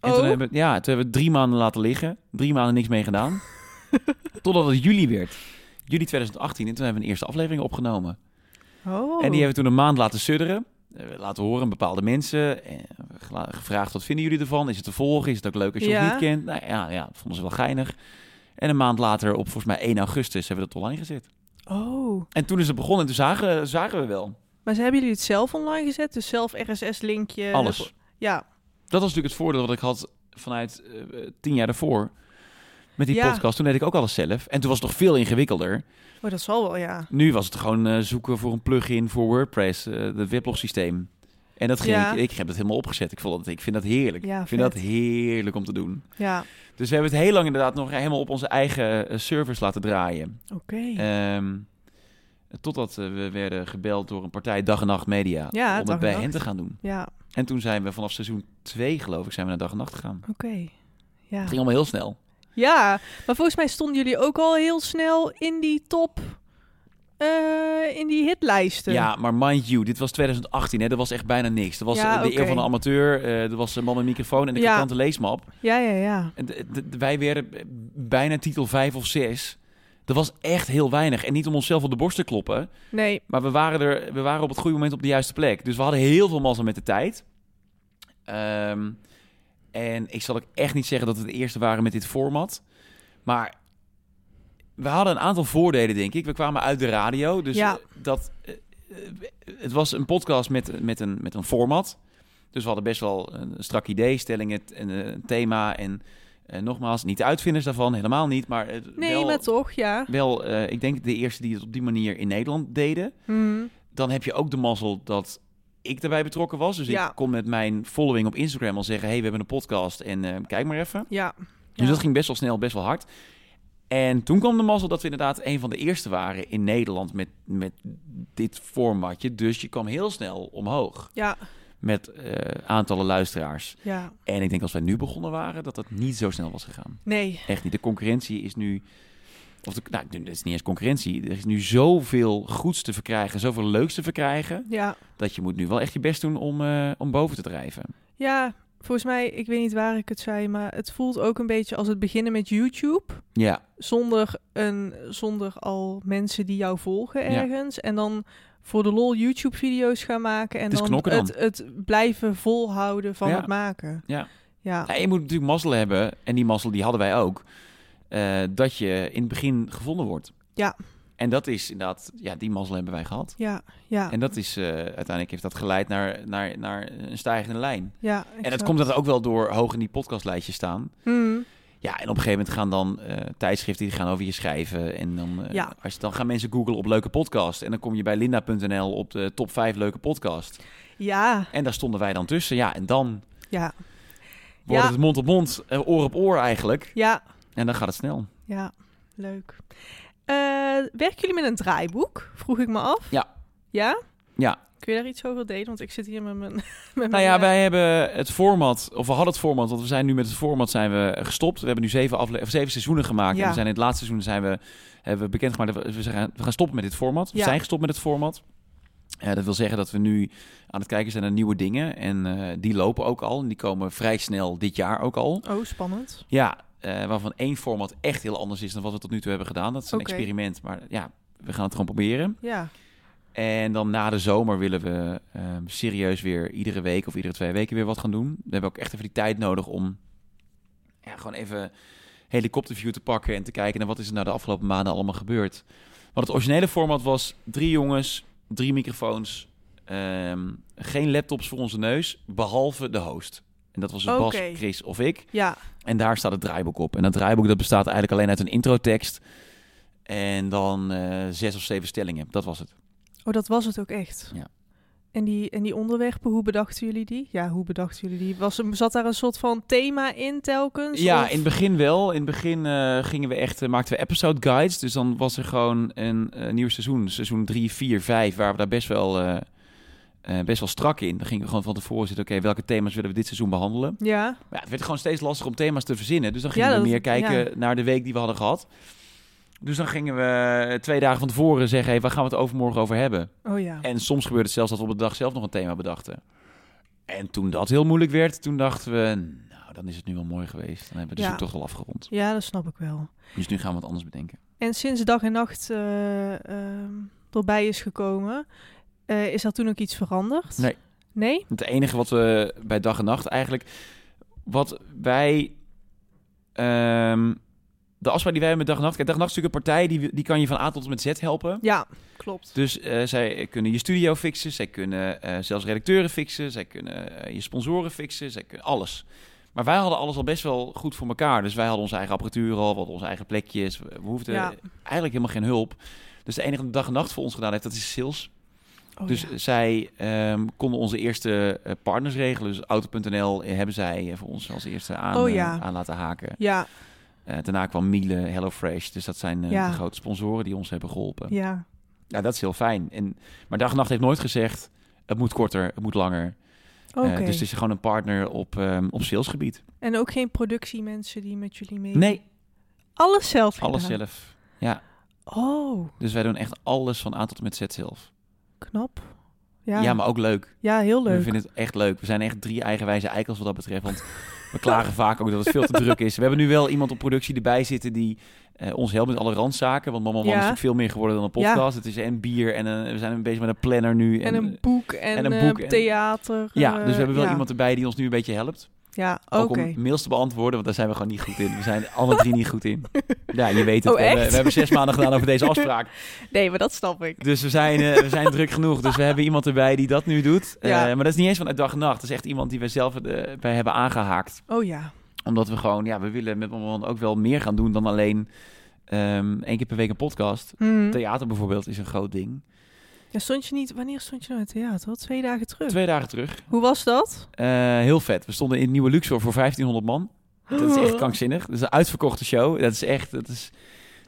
B: En toen,
C: Oh.
B: hebben, ja, toen hebben we het drie maanden laten liggen. Drie maanden niks mee gedaan. Totdat het juli werd. Juli 2018. En toen hebben we een eerste aflevering opgenomen.
C: oh.
B: En die hebben we toen een maand laten sudderen. Eh, Laten horen aan bepaalde mensen. Eh, gela- Gevraagd, wat vinden jullie ervan? Is het te volgen? Is het ook leuk als je
C: Ja.
B: het niet kent? Nou ja, ja, dat vonden ze wel geinig. En een maand later, op volgens mij 1 augustus, hebben we dat online gezet.
C: Oh,
B: En toen is het begonnen en toen zagen, zagen we wel
C: maar ze hebben jullie het zelf online gezet? Dus zelf RSS-linkje?
B: alles.
C: Ja,
B: Dat was natuurlijk het voordeel wat ik had vanuit eh, tien jaar daarvoor. Met die
C: Ja.
B: podcast, toen deed ik ook alles zelf. En toen was het nog veel ingewikkelder.
C: oh, dat zal wel, ja.
B: Nu was het gewoon eh, zoeken voor een plugin voor WordPress, eh het weblogsysteem. En dat ging
C: Ja.
B: ik, ik heb dat helemaal opgezet. Ik, vond dat, ik vind dat heerlijk.
C: Ja,
B: ik vind
C: vet.
B: dat heerlijk om te doen.
C: Ja,
B: Dus we hebben het heel lang inderdaad nog helemaal op onze eigen eh, servers laten draaien.
C: oké.
B: Ehm, totdat eh, we werden gebeld door een partij Dag en Nacht Media
C: Ja, Dag
B: om
C: en
B: het bij
C: Nacht.
B: hen te gaan doen.
C: ja,
B: En toen zijn we vanaf seizoen 2 geloof ik zijn we naar Dag en Nacht gegaan.
C: oké. Ja.
B: Het ging allemaal heel snel.
C: ja, maar volgens mij stonden jullie ook al heel snel in die top, eh, in die hitlijsten.
B: Ja, maar mind you, dit was 2018, hè? dat was echt bijna niks. Dat was
C: Ja,
B: eh, de eer
C: oké.
B: van de amateur, eh er was een man met een microfoon en de
C: Ja.
B: krokante leesmap.
C: ja, ja. ja.
B: En d- d- Wij werden b- bijna titel 5 of 6. Dat was echt heel weinig. En niet om onszelf op de borst te kloppen.
C: Nee,
B: Maar we waren, er, we waren op het goede moment op de juiste plek. Dus we hadden heel veel mazzel met de tijd. Ehm, en ik zal ook echt niet zeggen dat we de eerste waren met dit format. Maar we hadden een aantal voordelen, denk ik. We kwamen uit de radio. Dus
C: Ja.
B: eh, dat, eh, eh, het was een podcast met, met, een, met een format. Dus we hadden best wel een strak idee, stellingen, t- en, eh, een thema. En eh, nogmaals, niet de uitvinders daarvan, helemaal niet. Maar eh,
C: nee,
B: wel,
C: maar toch, ja.
B: wel eh, ik denk de eerste die het op die manier in Nederland deden
C: Hmm.
B: dan heb je ook de mazzel dat ik daarbij betrokken was. Dus
C: Ja.
B: ik kon met mijn following op Instagram al zeggen... hey, we hebben een podcast en eh, kijk maar even.
C: Ja.
B: Dus
C: Ja.
B: dat ging best wel snel, best wel hard. En toen kwam de mazzel dat we inderdaad een van de eerste waren in Nederland met, met dit formatje. Dus je kwam heel snel omhoog
C: Ja,
B: met eh, aantallen luisteraars.
C: ja.
B: En ik denk als wij nu begonnen waren, dat dat niet zo snel was gegaan.
C: Nee,
B: Echt niet. De concurrentie is nu... Of de, nou, het is niet eens concurrentie. Er is nu zoveel goeds te verkrijgen, zoveel leuks te verkrijgen
C: ja.
B: dat je moet nu wel echt je best doen om, eh, om boven te drijven.
C: Ja, volgens mij, ik weet niet waar ik het zei, maar het voelt ook een beetje als het beginnen met YouTube.
B: Ja,
C: zonder, een, zonder al mensen die jou volgen
B: Ja.
C: ergens. En dan voor de lol YouTube-video's gaan maken. En
B: Het is
C: dan,
B: knokken dan.
C: Het, het blijven volhouden van
B: Ja.
C: het maken.
B: Ja.
C: Ja.
B: Nou, je moet natuurlijk mazzel hebben, en die mazzel die hadden wij ook, eh, dat je in het begin gevonden wordt.
C: Ja.
B: En dat is inderdaad, ja, die mazzel hebben wij gehad.
C: Ja, ja,
B: En dat is, eh, uiteindelijk heeft dat geleid naar, naar, naar een stijgende lijn.
C: ja.
B: En dat
C: exact.
B: komt dat ook wel door hoog in die podcastlijstjes staan.
C: Hmm.
B: Ja, en op een gegeven moment gaan dan eh, tijdschriften die gaan over je schrijven. En dan, eh,
C: Ja.
B: als je, dan gaan mensen googlen op leuke podcast. En dan kom je bij linda.nl op de top 5 leuke podcast.
C: Ja,
B: En daar stonden wij dan tussen. Ja, en dan
C: ja,
B: wordt
C: Ja.
B: het mond op mond, eh, oor op oor eigenlijk.
C: ja,
B: En dan gaat het snel.
C: ja. Leuk. Eh, werken jullie met een draaiboek? Vroeg ik me af.
B: Ja.
C: Ja?
B: Ja.
C: Kun je daar iets over delen? Want ik zit hier met mijn... Met
B: Nou
C: mijn,
B: ja,
C: eh,
B: wij hebben het format, of we hadden het format, want we zijn nu met het format zijn we gestopt. We hebben nu zeven, afle- of zeven seizoenen gemaakt.
C: Ja.
B: En we zijn in het laatste seizoen zijn we, hebben we bekendgemaakt dat we, we zeggen, we gaan stoppen met dit format. We
C: Ja.
B: zijn gestopt met het format. Eh, dat wil zeggen dat we nu aan het kijken zijn naar nieuwe dingen. En eh, die lopen ook al. En die komen vrij snel dit jaar ook al.
C: Oh, spannend.
B: Ja, eh, waarvan één format echt heel anders is dan wat we tot nu toe hebben gedaan. Dat is een
C: Oké.
B: experiment, maar ja, we gaan het gewoon proberen.
C: Ja.
B: En dan na de zomer willen we ehm, serieus weer iedere week of iedere twee weken weer wat gaan doen. We hebben ook echt even die tijd nodig om ja, gewoon even helikopterview te pakken en te kijken naar wat is er nou de afgelopen maanden allemaal gebeurd. Want het originele format was drie jongens, drie microfoons, ehm, geen laptops voor onze neus, behalve de host. En dat was dus
C: Oké.
B: Bas, Chris of ik.
C: Ja.
B: En daar staat het draaiboek op. En dat draaiboek dat bestaat eigenlijk alleen uit een introtekst en dan eh, zes of zeven stellingen. Dat was het.
C: Oh, dat was het ook echt.
B: Ja.
C: En die, en die onderwerpen, hoe bedachten jullie die? Ja, hoe bedachten jullie die? Was, er- zat daar een soort van thema in telkens?
B: Ja,
C: of-
B: in het begin wel. In het begin eh, gingen we echt, eh, maakten we episode guides. Dus dan was er gewoon een eh, nieuw seizoen. Seizoen 3, 4, 5, waar we daar best wel, eh, eh, best wel strak in. Dan gingen we gewoon van tevoren zitten, oké, welke thema's willen we dit seizoen behandelen?
C: Ja,
B: Maar ja, het werd gewoon steeds lastiger om thema's te verzinnen. Dus dan gingen
C: Ja,
B: we
C: dat-
B: meer kijken
C: ja.
B: naar de week die we hadden gehad. Dus dan gingen we twee dagen van tevoren zeggen, hey, waar gaan we het overmorgen over hebben?
C: oh ja.
B: En soms gebeurde het zelfs dat we op de dag zelf nog een thema bedachten. En toen dat heel moeilijk werd, toen dachten we, nou, dan is het nu wel mooi geweest. Dan hebben we de
C: Ja.
B: zoektocht wel afgerond.
C: Ja, dat snap ik wel.
B: Dus nu gaan we wat anders bedenken.
C: En sinds dag en nacht eh, ehm, erbij is gekomen, eh, is daar toen ook iets veranderd?
B: Nee.
C: Nee?
B: Het enige wat we bij dag en nacht eigenlijk, wat wij, ehm, de afspraak die wij hebben met dag en nacht, kijk, dag en nacht is natuurlijk een partij die, die kan je van A tot en met Z helpen.
C: Ja, klopt.
B: Dus eh, zij kunnen je studio fixen, zij kunnen eh, zelfs redacteuren fixen, zij kunnen eh, je sponsoren fixen, zij kunnen alles. Maar wij hadden alles al best wel goed voor elkaar. Dus wij hadden onze eigen apparatuur al, we hadden onze eigen plekjes. We we hoefden
C: Ja.
B: eigenlijk helemaal geen hulp. Dus de enige die dag en nacht voor ons gedaan heeft, dat is sales.
C: Oh,
B: dus
C: ja.
B: zij ehm, konden onze eerste eh, partners regelen. Dus Auto.nl hebben zij eh, voor ons als eerste aan,
C: Oh,
B: eh,
C: ja.
B: aan laten haken.
C: Ja,
B: Eh, daarna kwam Miele, HelloFresh. Dus dat zijn eh,
C: Ja.
B: de grote sponsoren die ons hebben geholpen.
C: ja.
B: Ja, dat is heel fijn. En, maar Dag en Nacht heeft nooit gezegd... het moet korter, het moet langer. Eh,
C: Oké.
B: dus het is gewoon een partner op, ehm, op salesgebied.
C: En ook geen productiemensen die met jullie mee...
B: Nee,
C: Alles zelf
B: alles
C: gedaan?
B: zelf.
C: Oh,
B: Dus wij doen echt alles van A tot en met Z zelf.
C: knap.
B: Ja,
C: Ja,
B: maar ook leuk.
C: ja heel
B: We
C: leuk.
B: vinden het echt leuk. We zijn echt drie eigenwijze eikels wat dat betreft. Want we klagen vaak ook dat het veel te druk is. We hebben nu wel iemand op productie erbij zitten... die eh, ons helpt met alle randzaken. Want Mama Man
C: Ja.
B: is natuurlijk veel meer geworden dan een
C: Ja.
B: podcast. Het is en bier en eh, we zijn bezig met een planner nu.
C: En een boek en,
B: en een
C: eh,
B: boek en-
C: theater.
B: ja,
C: eh,
B: dus we hebben wel
C: ja.
B: iemand erbij die ons nu een beetje helpt.
C: Ja, oké.
B: Ook om mails te beantwoorden, want daar zijn we gewoon niet goed in. We zijn alle drie niet goed in. Ja, je weet het.
C: Oh,
B: we, hebben,
C: echt?
B: we hebben zes maanden gedaan over deze afspraak.
C: Nee, maar dat snap ik.
B: Dus we zijn, eh, we zijn druk genoeg. Dus we hebben iemand erbij die dat nu doet. Eh,
C: Ja.
B: maar dat is niet eens vanuit dag en nacht. Dat is echt iemand die we zelf eh, bij hebben aangehaakt.
C: Oh ja.
B: Omdat we gewoon, ja, we willen met Mama Man ook wel meer gaan doen dan alleen ehm één keer per week een podcast.
C: Hmm.
B: Theater bijvoorbeeld is een groot ding.
C: Ja, stond je niet... Wanneer stond je nou in het theater? Wel Twee dagen terug.
B: Twee dagen terug.
C: Hoe was dat?
B: Eh, heel vet. We stonden in het Nieuwe Luxor voor 1500 man. Dat is
C: Oh.
B: echt krankzinnig. Dat is een uitverkochte show. Dat is echt, dat is,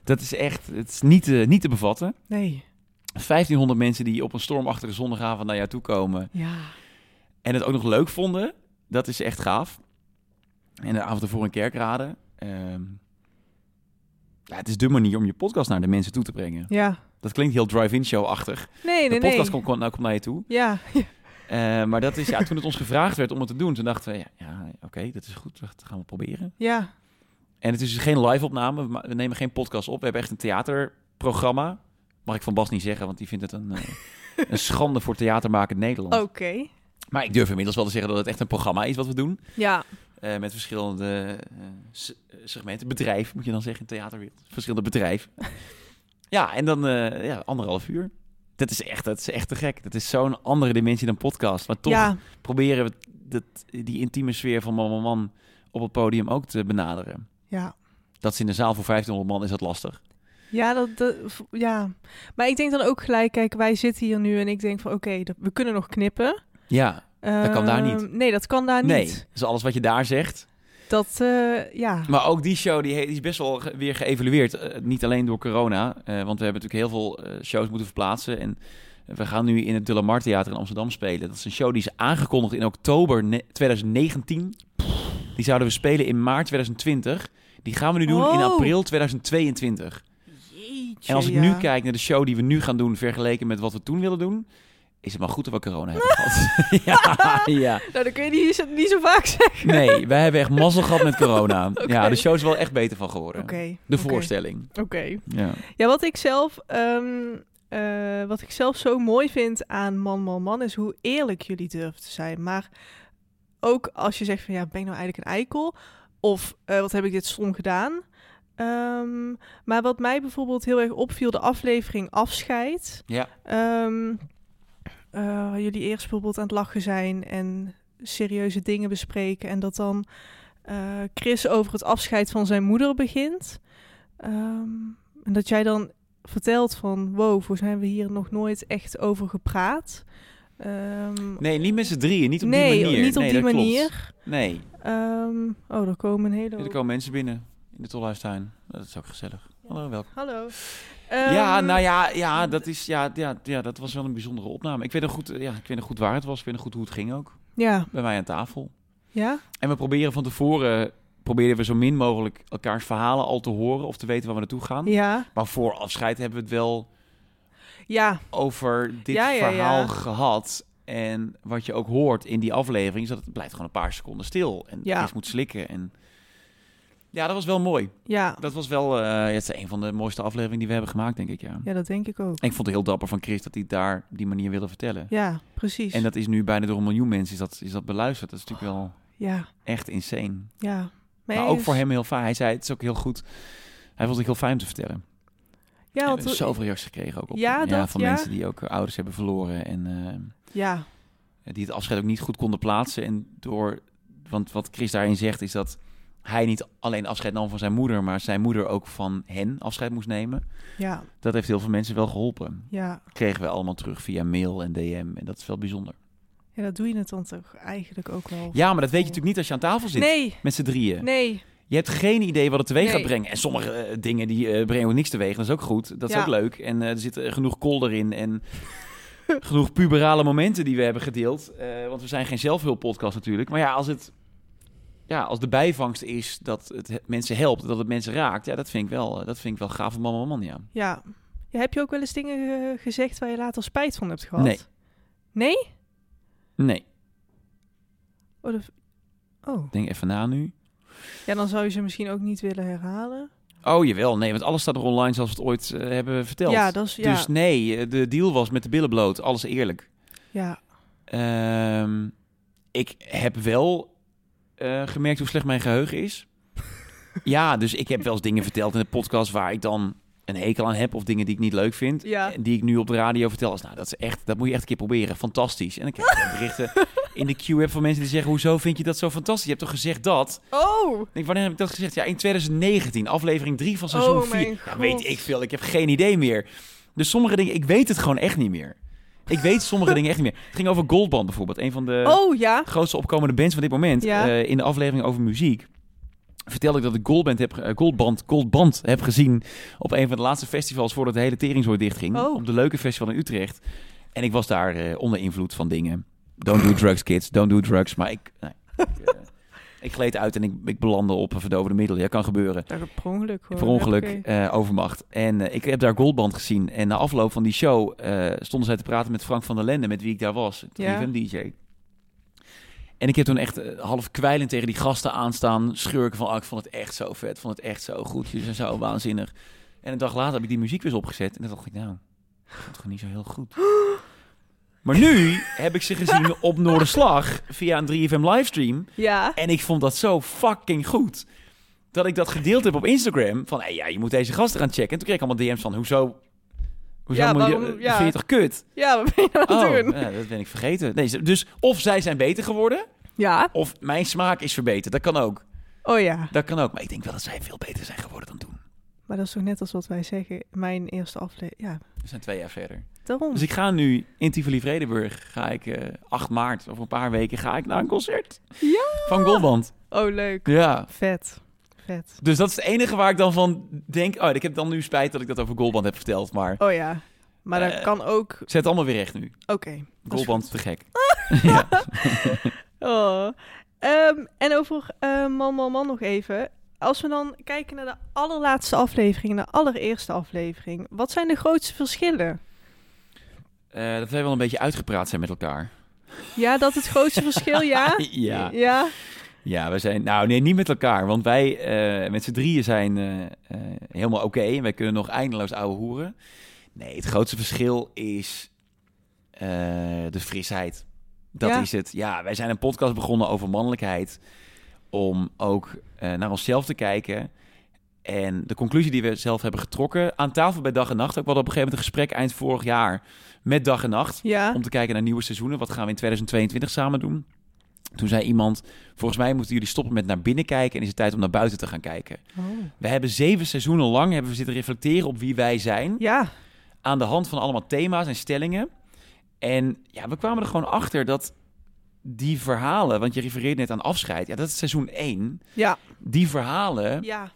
B: dat is echt, het is niet te, niet te bevatten.
C: Nee.
B: 1500 mensen die op een stormachtige zondagavond naar jou toe komen
C: Ja.
B: en het ook nog leuk vonden, dat is echt gaaf. En de avond ervoor in Kerkrade. ehm, ja, het is de manier om je podcast naar de mensen toe te brengen.
C: Ja.
B: Dat klinkt heel drive-in show-achtig.
C: Nee,
B: De
C: nee, nee.
B: podcast komt komt- nou, komt naar je toe.
C: Ja.
B: Eh, maar dat is, ja, toen het ons gevraagd werd om het te doen, toen dachten we, ja, ja oké, dat is goed, dat gaan we proberen.
C: Ja.
B: En het is dus geen live opname. We ma- We nemen geen podcast op. We hebben echt een theaterprogramma. Mag ik van Bas niet zeggen, want die vindt het een, eh, een schande voor theatermakend Nederland.
C: Oké.
B: Maar ik durf inmiddels wel te zeggen dat het echt een programma is wat we doen.
C: Ja.
B: Eh, met verschillende eh, se- segmenten. Bedrijf, moet je dan zeggen, in theaterwereld. Verschillende bedrijven. ja, en dan eh, ja, anderhalf uur. Dat is, echt, dat is echt te gek. Dat is zo'n andere dimensie dan podcast. Maar toch
C: Ja.
B: proberen we dat, die intieme sfeer van Mama Man op het podium ook te benaderen.
C: Ja.
B: Dat is in een zaal voor 1500 man is dat lastig.
C: Ja, dat, dat, v- ja, maar ik denk dan ook gelijk, kijk, wij zitten hier nu en ik denk van, oké, dat- we kunnen nog knippen.
B: Ja, Dat kan daar niet.
C: Ehm, Nee, dat kan daar
B: nee.
C: niet.
B: Dus alles wat je daar zegt.
C: Dat, eh, ja,
B: Maar ook die show die, he- die is best wel ge- weer geëvalueerd. Eh, niet alleen door corona. eh, want we hebben natuurlijk heel veel eh, shows moeten verplaatsen. En We gaan nu in het De La Mar Theater in Amsterdam spelen. Dat is een show die is aangekondigd in oktober ne- 2019. Die zouden we spelen in maart 2020. Die gaan we nu doen
C: Oh.
B: in april 2022.
C: Jeetje,
B: En als ik
C: ja.
B: nu kijk naar de show die we nu gaan doen vergeleken met wat we toen willen doen, is het maar goed dat we corona hebben gehad. ja, ja.
C: Nou, dan kun je die niet, niet zo vaak zeggen.
B: Nee, wij hebben echt mazzel gehad met corona. Ja,
C: Oké.
B: de show is wel echt beter van geworden.
C: Oké.
B: De
C: oké,
B: voorstelling.
C: Oké.
B: Ja.
C: Ja, wat ik zelf... ehm, eh, wat ik zelf zo mooi vind aan Man Man Man is hoe eerlijk jullie durven te zijn. Maar ook als je zegt van ja, ben ik nou eigenlijk een eikel? Of eh, wat heb ik dit stom gedaan? Ehm, maar wat mij bijvoorbeeld heel erg opviel, de aflevering Afscheid.
B: Ja.
C: Ehm, eh, jullie eerst bijvoorbeeld aan het lachen zijn en serieuze dingen bespreken. En dat dan eh, Chris over het afscheid van zijn moeder begint. Ehm, en dat jij dan vertelt van, wow, voor zijn we hier nog nooit echt over gepraat. Ehm,
B: Nee, niet met z'n drieën. Niet op
C: nee,
B: die manier.
C: niet op
B: Nee,
C: die
B: dat klopt.
C: manier.
B: Nee,
C: Ehm, oh, daar komen een hele
B: er
C: hoop-
B: komen mensen binnen in de Tolhuistuin. Dat is ook gezellig. Hallo, welkom.
C: Hallo.
B: ja,
C: Ehm,
B: nou ja, ja, dat is, ja, ja, ja, dat was wel een bijzondere opname. Ik weet nog goed, eh, ja, ik weet nog goed waar het was. Ik weet nog goed hoe het ging ook.
C: Ja,
B: Bij mij aan tafel.
C: ja,
B: En we proberen van tevoren, proberen we zo min mogelijk elkaars verhalen al te horen of te weten waar we naartoe gaan.
C: ja,
B: Maar voor afscheid hebben we het wel
C: ja,
B: over dit
C: Ja, ja, ja.
B: verhaal gehad. En wat je ook hoort in die aflevering, is dat het blijft gewoon een paar seconden stil. En
C: Ja.
B: Chris moet slikken. En... Ja, dat was wel mooi.
C: ja.
B: Dat was wel eh, ja, het is een van de mooiste afleveringen die we hebben gemaakt, denk ik, ja.
C: Ja, dat denk ik ook.
B: En ik vond het heel dapper van Chris dat hij het daar op die manier wilde vertellen.
C: Ja, precies.
B: En dat is nu bijna door een miljoen mensen is dat, is dat beluisterd. Dat is natuurlijk wel
C: Ja,
B: echt insane.
C: ja.
B: maar
C: Nee,
B: Nou, ook
C: dus-
B: voor hem heel fijn. Hij zei, het is ook heel goed. Hij vond het heel fijn om te vertellen.
C: Ja,
B: en we
C: want,
B: hebben zoveel reacties gekregen ook op.
C: Ja, dat,
B: van
C: ja.
B: mensen die ook eh, ouders hebben verloren en... eh,
C: ja,
B: die het afscheid ook niet goed konden plaatsen. En door, want wat Chris daarin zegt is dat hij niet alleen afscheid nam van zijn moeder, maar zijn moeder ook van hen afscheid moest nemen.
C: ja,
B: Dat heeft heel veel mensen wel geholpen.
C: ja.
B: Kregen we allemaal terug via mail en DM en dat is wel bijzonder.
C: Ja, dat doe je het dan toch eigenlijk ook wel.
B: Ja, maar dat weet je natuurlijk niet als je aan tafel zit
C: Nee,
B: met z'n drieën.
C: nee,
B: Je hebt geen idee wat het teweeg gaat
C: Nee.
B: brengen. En sommige eh, dingen die eh, brengen ook niks teweeg. Dat is ook goed. Dat is
C: Ja.
B: ook leuk. En eh, er zit eh, genoeg kool erin. En genoeg puberale momenten die we hebben gedeeld. Eh, want we zijn geen zelfhulppodcast natuurlijk. Maar ja, als het... Ja, als de bijvangst is dat het he- mensen helpt, dat het mensen raakt, ja, dat vind ik wel, eh, dat vind ik wel gaaf van man, man, man, ja.
C: ja. ja. Heb je ook wel eens dingen eh, gezegd waar je later spijt van hebt gehad?
B: Nee.
C: Nee?
B: Nee,
C: Oh, dat- oh.
B: denk even na nu.
C: ja, dan zou je ze misschien ook niet willen herhalen.
B: Oh, jawel, nee, want alles staat er online zoals we het ooit eh, hebben verteld.
C: Ja, dat is... Ja,
B: Dus nee, eh, de deal was met de billen bloot, alles eerlijk.
C: ja,
B: Ehm, ik heb wel eh, gemerkt hoe slecht mijn geheugen is. ja, dus ik heb wel eens dingen verteld in de podcast waar ik dan een hekel aan heb of dingen die ik niet leuk vind.
C: ja.
B: en Die ik nu op de radio vertel. Als, nou, dat, is echt, dat moet je echt een keer proberen. Fantastisch. En dan krijg ik berichten in de Q-app van mensen die zeggen... hoezo vind je dat zo fantastisch? Je hebt toch gezegd dat?
C: Oh!
B: Ik denk, wanneer heb ik dat gezegd? Ja, in 2019, aflevering 3 van seizoen
C: Oh,
B: 4.
C: mijn
B: Ja,
C: God.
B: weet ik veel, ik heb geen idee meer. Dus sommige dingen, ik weet het gewoon echt niet meer. Ik weet sommige dingen echt niet meer. Het ging over Goldband bijvoorbeeld, een van de
C: oh, ja.
B: grootste opkomende bands van dit moment.
C: Ja.
B: Eh, in de aflevering over muziek vertelde ik dat ik Goldband heb, ge- eh, Goldband, Goldband heb gezien op een van de laatste festivals voordat de hele teringzooi dichtging.
C: Oh.
B: Op de Leuke Festival in Utrecht. En ik was daar eh, onder invloed van dingen. Don't do drugs, kids. Don't do drugs. Maar ik... nee, ik, eh, ik gleed uit en ik, ik belandde op een verdovende middelen. Ja, kan gebeuren.
C: Dat per ongeluk gewoon.
B: Per ongeluk,
C: Oké.
B: eh, overmacht. En eh, ik heb daar Goldband gezien. En na afloop van die show eh, stonden zij te praten met Frank van der Lende, met wie ik daar was. Het
C: Ja.
B: 3FM-dj. En ik heb toen echt eh, half kwijlend tegen die gasten aanstaan, schurken van, ah, ik vond het echt zo vet, ik vond het echt zo goed, jullie zijn zo waanzinnig. En een dag later heb ik die muziek weer eens opgezet en dan dacht ik, nou, ik vond het gewoon niet zo heel goed. Maar nu heb ik ze gezien op Noorderslag via een 3FM livestream.
C: Ja.
B: En ik vond dat zo fucking goed. Dat ik dat gedeeld heb op Instagram. Van, hey, ja, je moet deze gasten gaan checken. En toen kreeg ik allemaal DM's van, hoezo? Hoezo
C: Ja,
B: moet je,
C: waarom-
B: eh,
C: ja.
B: vind je toch kut?
C: Ja, wat ben je nou aan
B: Oh,
C: het doen?
B: ja, dat ben ik vergeten. Nee, ze- dus of zij zijn beter geworden,
C: Ja.
B: of mijn smaak is verbeterd. Dat kan ook.
C: Oh ja.
B: Dat kan ook. Maar ik denk wel dat zij veel beter zijn geworden dan toen.
C: Maar dat is toch net als wat wij zeggen. Mijn eerste aflevering. Ja,
B: We zijn twee jaar verder.
C: daarom.
B: Dus ik ga nu in Tivoli-Vredenburg, ga ik eh 8 maart, over een paar weken, ga ik naar een concert
C: Ja.
B: van Goldband.
C: Oh, leuk.
B: Ja.
C: Vet. Vet.
B: Dus dat is het enige waar ik dan van denk, oh, ik heb dan nu spijt dat ik dat over Goldband heb verteld, maar...
C: Oh ja. Maar dat
B: Eh.
C: kan ook...
B: Zet allemaal weer recht nu.
C: Oké. dat is goed.
B: Golband te gek. ja.
C: Oh. Ehm, en over eh, Man, Man, Man nog even. Als we dan kijken naar de allerlaatste aflevering, de allereerste aflevering. Wat zijn de grootste verschillen?
B: Eh, dat wij wel een beetje uitgepraat zijn met elkaar.
C: Ja, dat het grootste verschil, ja?
B: Ja.
C: Ja?
B: Ja, we zijn... Nou, nee, niet met elkaar. Want wij eh, met z'n drieën zijn eh, eh, helemaal oké. en wij kunnen nog eindeloos ouwe hoeren. Nee, het grootste verschil is eh, de frisheid. Dat
C: Ja.
B: is het. Ja, wij zijn een podcast begonnen over mannelijkheid. Om ook eh, naar onszelf te kijken. En de conclusie die we zelf hebben getrokken... aan tafel bij Dag en Nacht. Ook wel op een gegeven moment een gesprek eind vorig jaar... met Dag en Nacht.
C: Ja.
B: om te kijken naar nieuwe seizoenen. Wat gaan we in 2022 samen doen? Toen zei iemand, volgens mij moeten jullie stoppen met naar binnen kijken en is het tijd om naar buiten te gaan kijken.
C: Oh.
B: We hebben zeven seizoenen lang hebben we zitten reflecteren op wie wij zijn
C: Ja.
B: aan de hand van allemaal thema's en stellingen. En ja, we kwamen er gewoon achter dat die verhalen, want je refereert net aan afscheid, ja, dat is seizoen 1.
C: Ja.
B: Die verhalen
C: Ja.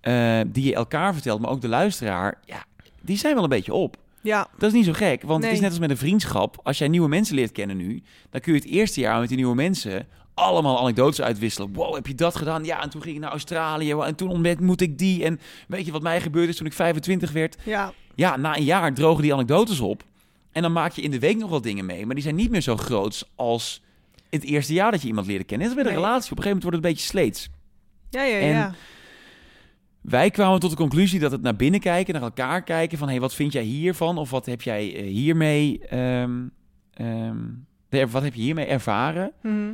B: eh, die je elkaar vertelt, maar ook de luisteraar, ja, die zijn wel een beetje op.
C: Ja.
B: Dat is niet zo gek, want
C: Nee.
B: het is net als met een vriendschap. Als jij nieuwe mensen leert kennen nu, dan kun je het eerste jaar met die nieuwe mensen allemaal anekdotes uitwisselen. Wow, heb je dat gedaan? Ja, en toen ging ik naar Australië en toen ontmoette ik die. En weet je wat mij gebeurd is toen ik 25 werd?
C: Ja.
B: Ja, na een jaar drogen die anekdotes op. En dan maak je in de week nog wel dingen mee, maar die zijn niet meer zo groots als het eerste jaar dat je iemand leerde kennen. Net als met een
C: Nee.
B: relatie, op een gegeven moment wordt het een beetje sleets.
C: Ja, ja,
B: En-
C: ja.
B: Wij kwamen tot de conclusie dat het naar binnen kijken, naar elkaar kijken van hé, hey, wat vind jij hiervan? Of wat heb jij eh, hiermee, ehm, ehm, de- wat heb je hiermee ervaren?
C: Mhm.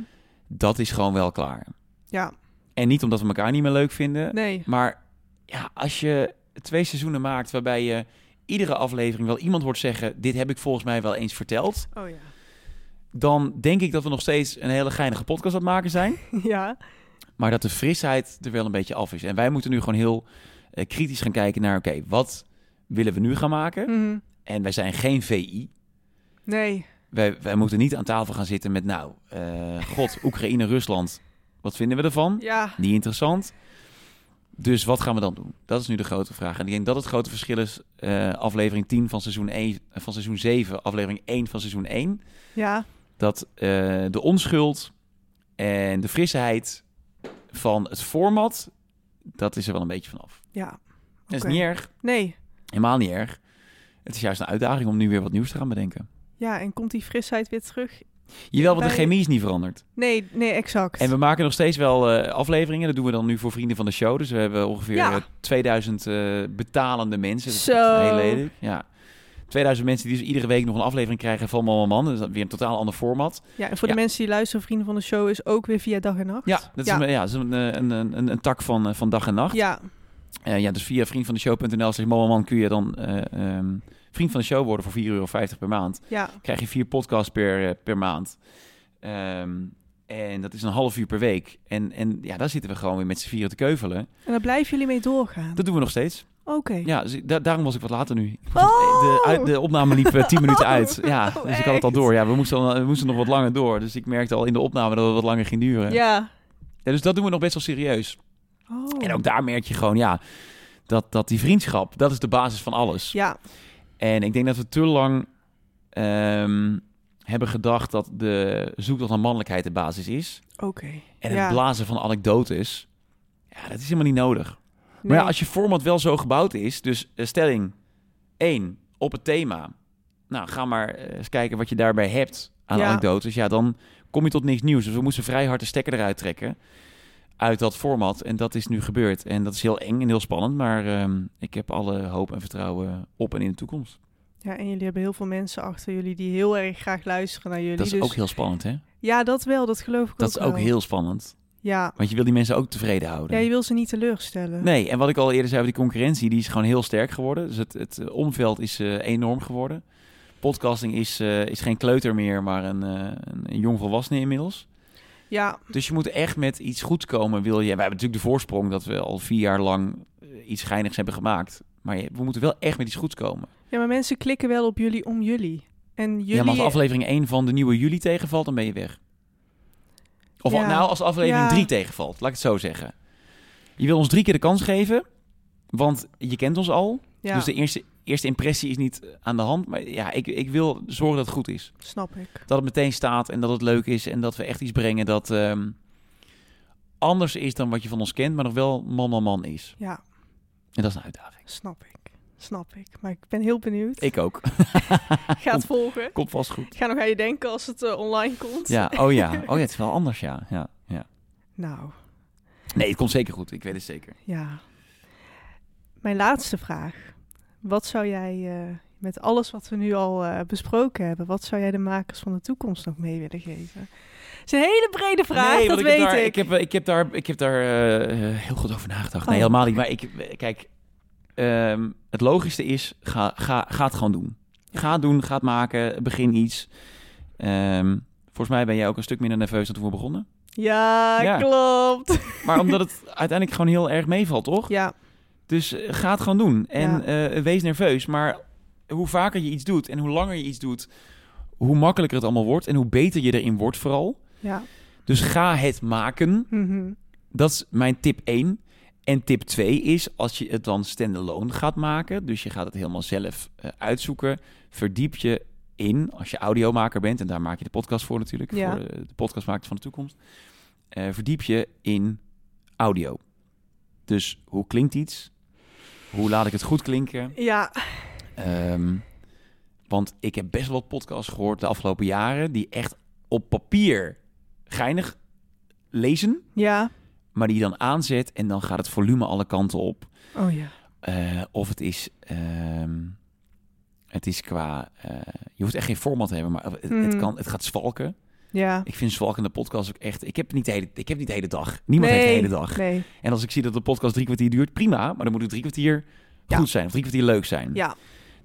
B: Dat is gewoon wel klaar.
C: Ja.
B: En niet omdat we elkaar niet meer leuk vinden,
C: Nee.
B: maar ja, als je twee seizoenen maakt waarbij je iedere aflevering wel iemand hoort zeggen, dit heb ik volgens mij wel eens verteld,
C: Oh ja.
B: dan denk ik dat we nog steeds een hele geinige podcast aan het maken zijn.
C: Ja.
B: Maar dat de frisheid er wel een beetje af is. En wij moeten nu gewoon heel eh, kritisch gaan kijken naar... oké, wat willen we nu gaan maken?
C: Mhm.
B: En wij zijn geen VI.
C: Nee.
B: Wij, wij moeten niet aan tafel gaan zitten met... nou, eh, god, Oekraïne, Rusland. Wat vinden we ervan?
C: Ja.
B: Niet interessant. Dus wat gaan we dan doen? Dat is nu de grote vraag. En ik denk dat het grote verschil is... eh, aflevering 10 van seizoen, 1, van seizoen 7, aflevering 1 van seizoen 1...
C: Ja.
B: dat eh, de onschuld en de frisheid van het format, dat is er wel een beetje vanaf.
C: Ja.
B: Dat is
C: Oké.
B: niet erg,
C: Nee.
B: helemaal niet erg. Het is juist een uitdaging om nu weer wat nieuws te gaan bedenken.
C: Ja, en komt die frisheid weer terug?
B: Jawel, want de
C: Bij-
B: chemie is niet veranderd.
C: Nee, nee, exact.
B: En we maken nog steeds wel eh, afleveringen. Dat doen we dan nu voor vrienden van de show. Dus we hebben ongeveer
C: Ja.
B: eh, 2000 eh, betalende mensen. Dat is
C: Zo.
B: echt heel lelijk. Ja. 2000 mensen die dus iedere week nog een aflevering krijgen van Mama Man. Dat is dan weer een totaal ander format.
C: Ja, en voor
B: Ja.
C: de mensen die luisteren, vrienden van de show, is ook weer via dag en nacht.
B: Ja, dat is,
C: Ja.
B: Een, ja, dat is een, eh, een, een, een, een tak van, eh, van dag en nacht.
C: Ja,
B: Eh, ja, dus via vriendvandeshow.nl slash man kun je dan eh, ehm, vriend van de show worden voor 4,50 euro per maand.
C: ja,
B: Krijg je vier podcasts per, eh, per maand. Ehm, en dat is een half uur per week. En, en ja, daar zitten we gewoon weer met z'n vieren te keuvelen.
C: en daar blijven jullie mee doorgaan.
B: Dat doen we nog steeds.
C: Oké.
B: Ja, dus ik- da- daarom was ik wat later nu.
C: Oh!
B: De, uit- de opname liep eh, 10 minuten uit. Ja,
C: Oh,
B: dus ik had het al
C: echt?
B: door. Ja, we moesten, al- we moesten nog wat langer door. Dus ik merkte al in de opname dat het wat langer ging duren.
C: Ja.
B: Ja, dus dat doen we nog best wel serieus.
C: Oh.
B: En ook daar merk je gewoon, ja, dat, dat die vriendschap, dat is de basis van alles.
C: Ja,
B: En ik denk dat we te lang ehm, hebben gedacht dat de zoektocht naar mannelijkheid de basis is.
C: oké.
B: En
C: ja.
B: het blazen van anekdotes, ja, dat is helemaal niet nodig. Maar ja,
C: Nee.
B: als je format wel zo gebouwd is, dus eh, stelling 1 op het thema. Nou, ga maar eh, eens kijken wat je daarbij hebt aan
C: Ja.
B: anekdotes. Ja, dan kom je tot niks nieuws. Dus we moesten vrij hard de stekker eruit trekken uit dat format. En dat is nu gebeurd. En dat is heel eng en heel spannend. Maar ehm, ik heb alle hoop en vertrouwen op en in de toekomst.
C: Ja, en jullie hebben heel veel mensen achter jullie die heel erg graag luisteren naar jullie.
B: Dat is
C: dus...
B: ook heel spannend, hè?
C: Ja, dat wel, dat geloof ik
B: Dat is ook
C: wel.
B: heel spannend.
C: Ja.
B: Want je wil die mensen ook tevreden houden.
C: ja, je wil ze niet teleurstellen.
B: Nee, en wat ik al eerder zei over die concurrentie, die is gewoon heel sterk geworden. Dus het, het eh, omveld is eh, enorm geworden. Podcasting is, eh, is geen kleuter meer, maar een, eh een, een jong volwassene inmiddels.
C: Ja,
B: Dus je moet echt met iets goeds komen. Wil je, wij hebben natuurlijk de voorsprong dat we al vier jaar lang eh, iets geinigs hebben gemaakt. Maar je- we moeten wel echt met iets goeds komen.
C: ja, maar mensen klikken wel op jullie om jullie. En jullie...
B: Ja, maar als aflevering 1 van de nieuwe juli tegenvalt, dan ben je weg. Of al-
C: Ja.
B: nou, als aflevering
C: Ja.
B: 3 tegenvalt, laat ik het zo zeggen. Je wil ons drie keer de kans geven, want je kent ons al.
C: Ja.
B: Dus de eerste eerste impressie is niet aan de hand. Maar ja, ik, ik wil zorgen dat het goed is.
C: Snap ik.
B: Dat het meteen staat en dat het leuk is. En dat we echt iets brengen dat ehm, anders is dan wat je van ons kent. Maar nog wel man, man, man is.
C: Ja,
B: En dat is een uitdaging.
C: snap ik. Snap ik. Maar ik ben heel benieuwd.
B: Ik ook.
C: ga het volgen.
B: Komt vast goed.
C: Ik ga nog aan je denken als het eh, online komt.
B: Ja, oh ja. Oh ja, het is wel anders, ja. ja, ja.
C: Nou,
B: Nee, het komt zeker goed. Ik weet het zeker.
C: ja. Mijn laatste vraag. Wat zou jij eh, met alles wat we nu al eh, besproken hebben, wat zou jij de makers van de toekomst nog mee willen geven? Het is een hele brede vraag,
B: nee,
C: dat
B: want ik
C: weet
B: heb daar,
C: ik.
B: ik. heb, ik heb daar, ik heb daar eh, heel goed over nagedacht. Nee,
C: Oh.
B: helemaal niet. Maar ik, kijk, ehm, het logischste is, ga, ga, ga het gewoon doen. Ga het doen, ga het maken, begin iets. Ehm, volgens mij ben jij ook een stuk minder nerveus dan toen we begonnen.
C: Ja,
B: Ja.
C: klopt.
B: Maar omdat het uiteindelijk gewoon heel erg meevalt, toch?
C: Ja,
B: Dus eh, ga het gewoon doen. En
C: Ja.
B: eh, wees nerveus. Maar hoe vaker je iets doet en hoe langer je iets doet... hoe makkelijker het allemaal wordt en hoe beter je erin wordt vooral.
C: ja.
B: Dus ga het maken.
C: Mhm.
B: Dat is mijn tip 1. En tip 2 is als je het dan standalone gaat maken, dus je gaat het helemaal zelf eh, uitzoeken, verdiep je in als je audiomaker bent en daar maak je de podcast voor natuurlijk,
C: Ja.
B: voor eh, de podcastmakers van de toekomst. eh, verdiep je in audio. Dus hoe klinkt iets? Hoe laat ik het goed klinken?
C: Ja,
B: Ehm, want ik heb best wel wat podcasts gehoord de afgelopen jaren die echt op papier geinig lezen
C: ja.
B: maar die je dan aanzet en dan gaat het volume alle kanten op.
C: Oh ja.
B: Eh, of het is, ehm, het is qua, eh, je hoeft echt geen format te hebben, maar het, het
C: Mm.
B: kan, het gaat zwalken.
C: Ja.
B: Ik vind zwalkende podcast ook echt, ik heb niet de hele, ik heb niet de hele dag. Niemand heeft de hele dag.
C: Nee.
B: En als ik zie dat de podcast drie kwartier duurt, prima, maar dan moet het drie kwartier
C: Ja.
B: goed zijn of drie kwartier leuk zijn.
C: Ja.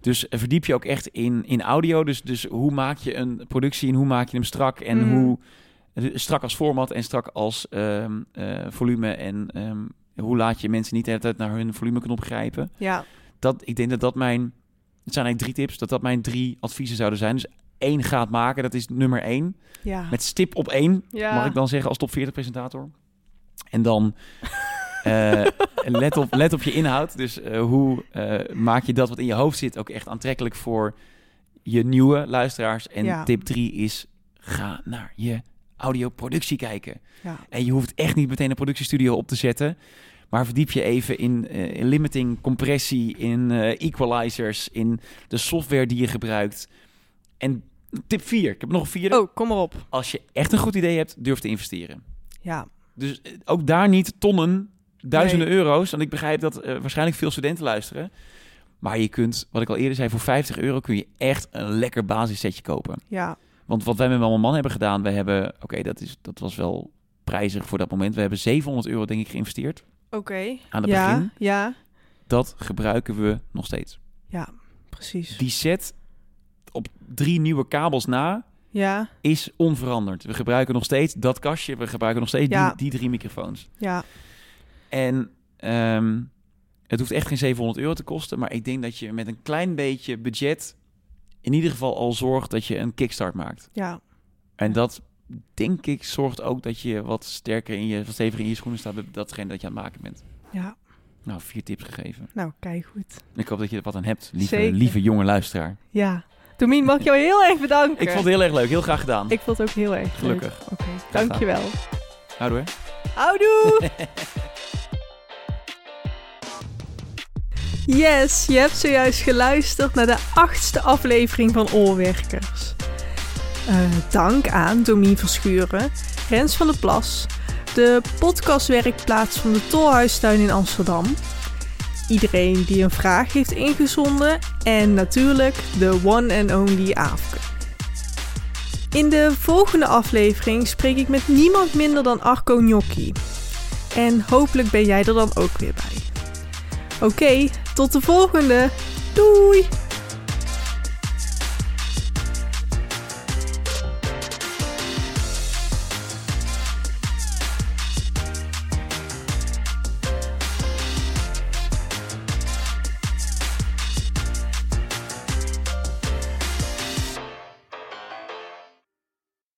B: Dus eh, verdiep je ook echt in, in audio. Dus, dus hoe maak je een productie en hoe maak je hem strak? En
C: Mhm.
B: hoe eh, strak als format en strak als ehm, eh, volume. En ehm, hoe laat je mensen niet de hele tijd naar hun volumeknop grijpen?
C: Ja.
B: Dat, ik denk dat dat mijn. Het zijn eigenlijk drie tips. Dat dat mijn drie adviezen zouden zijn. Dus één gaat maken, dat is nummer één.
C: Ja.
B: Met stip op één,
C: ja.
B: mag ik dan zeggen, als top 40 presentator. En dan eh, let, op, let op je inhoud. Dus eh, hoe eh, maak je dat wat in je hoofd zit ook echt aantrekkelijk voor je nieuwe luisteraars? En
C: Ja.
B: tip 3 is: ga naar je audioproductie kijken.
C: Ja.
B: En je hoeft echt niet meteen een productiestudio op te zetten. Maar verdiep je even in eh, limiting, compressie, in eh, equalizers, in de software die je gebruikt. En tip 4, ik heb nog een vierde.
C: Oh, kom maar op.
B: Als je echt een goed idee hebt, durf te investeren.
C: Ja.
B: Dus eh, ook daar niet tonnen, duizenden
C: Nee.
B: euro's. Want ik begrijp dat eh, waarschijnlijk veel studenten luisteren. Maar je kunt, wat ik al eerder zei, voor 50 euro kun je echt een lekker basissetje kopen.
C: Ja.
B: Want wat wij met mijn man hebben gedaan, we hebben, oké, dat dat, dat was wel prijzig voor dat moment. We hebben 700 euro, denk ik, geïnvesteerd
C: Oké.
B: aan het
C: Ja.
B: begin.
C: Ja.
B: Dat gebruiken we nog steeds.
C: Ja. Precies.
B: Die set op drie nieuwe kabels na
C: Ja.
B: is onveranderd. We gebruiken nog steeds dat kastje, we gebruiken nog steeds
C: Ja.
B: die, die drie microfoons.
C: Ja.
B: En ehm, het hoeft echt geen 700 euro te kosten. Maar ik denk dat je met een klein beetje budget. in ieder geval al zorgt dat je een kickstart maakt.
C: Ja.
B: En
C: Ja.
B: dat, denk ik, zorgt ook dat je wat sterker in je. wat steviger in je schoenen staat. bij datgene dat je aan het maken bent.
C: Ja.
B: Nou, vier tips gegeven.
C: Nou, kijk goed.
B: Ik hoop dat je er wat aan hebt, lieve,
C: Zeker.
B: lieve jonge luisteraar.
C: Ja. Domien, mag ik jou heel erg bedanken.
B: Ik vond het heel erg leuk. Heel graag gedaan.
C: Ik vond het ook heel erg leuk.
B: Gelukkig.
C: Oké. Dankjewel.
B: Houdoe. hè?
C: Houdoe! Yes, je hebt zojuist geluisterd naar de achtste aflevering van Oorwerkers. Eh, dank aan Domien Verschuren, Rens van der Plas, de podcastwerkplaats van de Tolhuistuin in Amsterdam, iedereen die een vraag heeft ingezonden en natuurlijk de one and only Aafke. In de volgende aflevering spreek ik met niemand minder dan Arco Gnocchi. En hopelijk ben jij er dan ook weer bij. Oké, tot de volgende. Doei!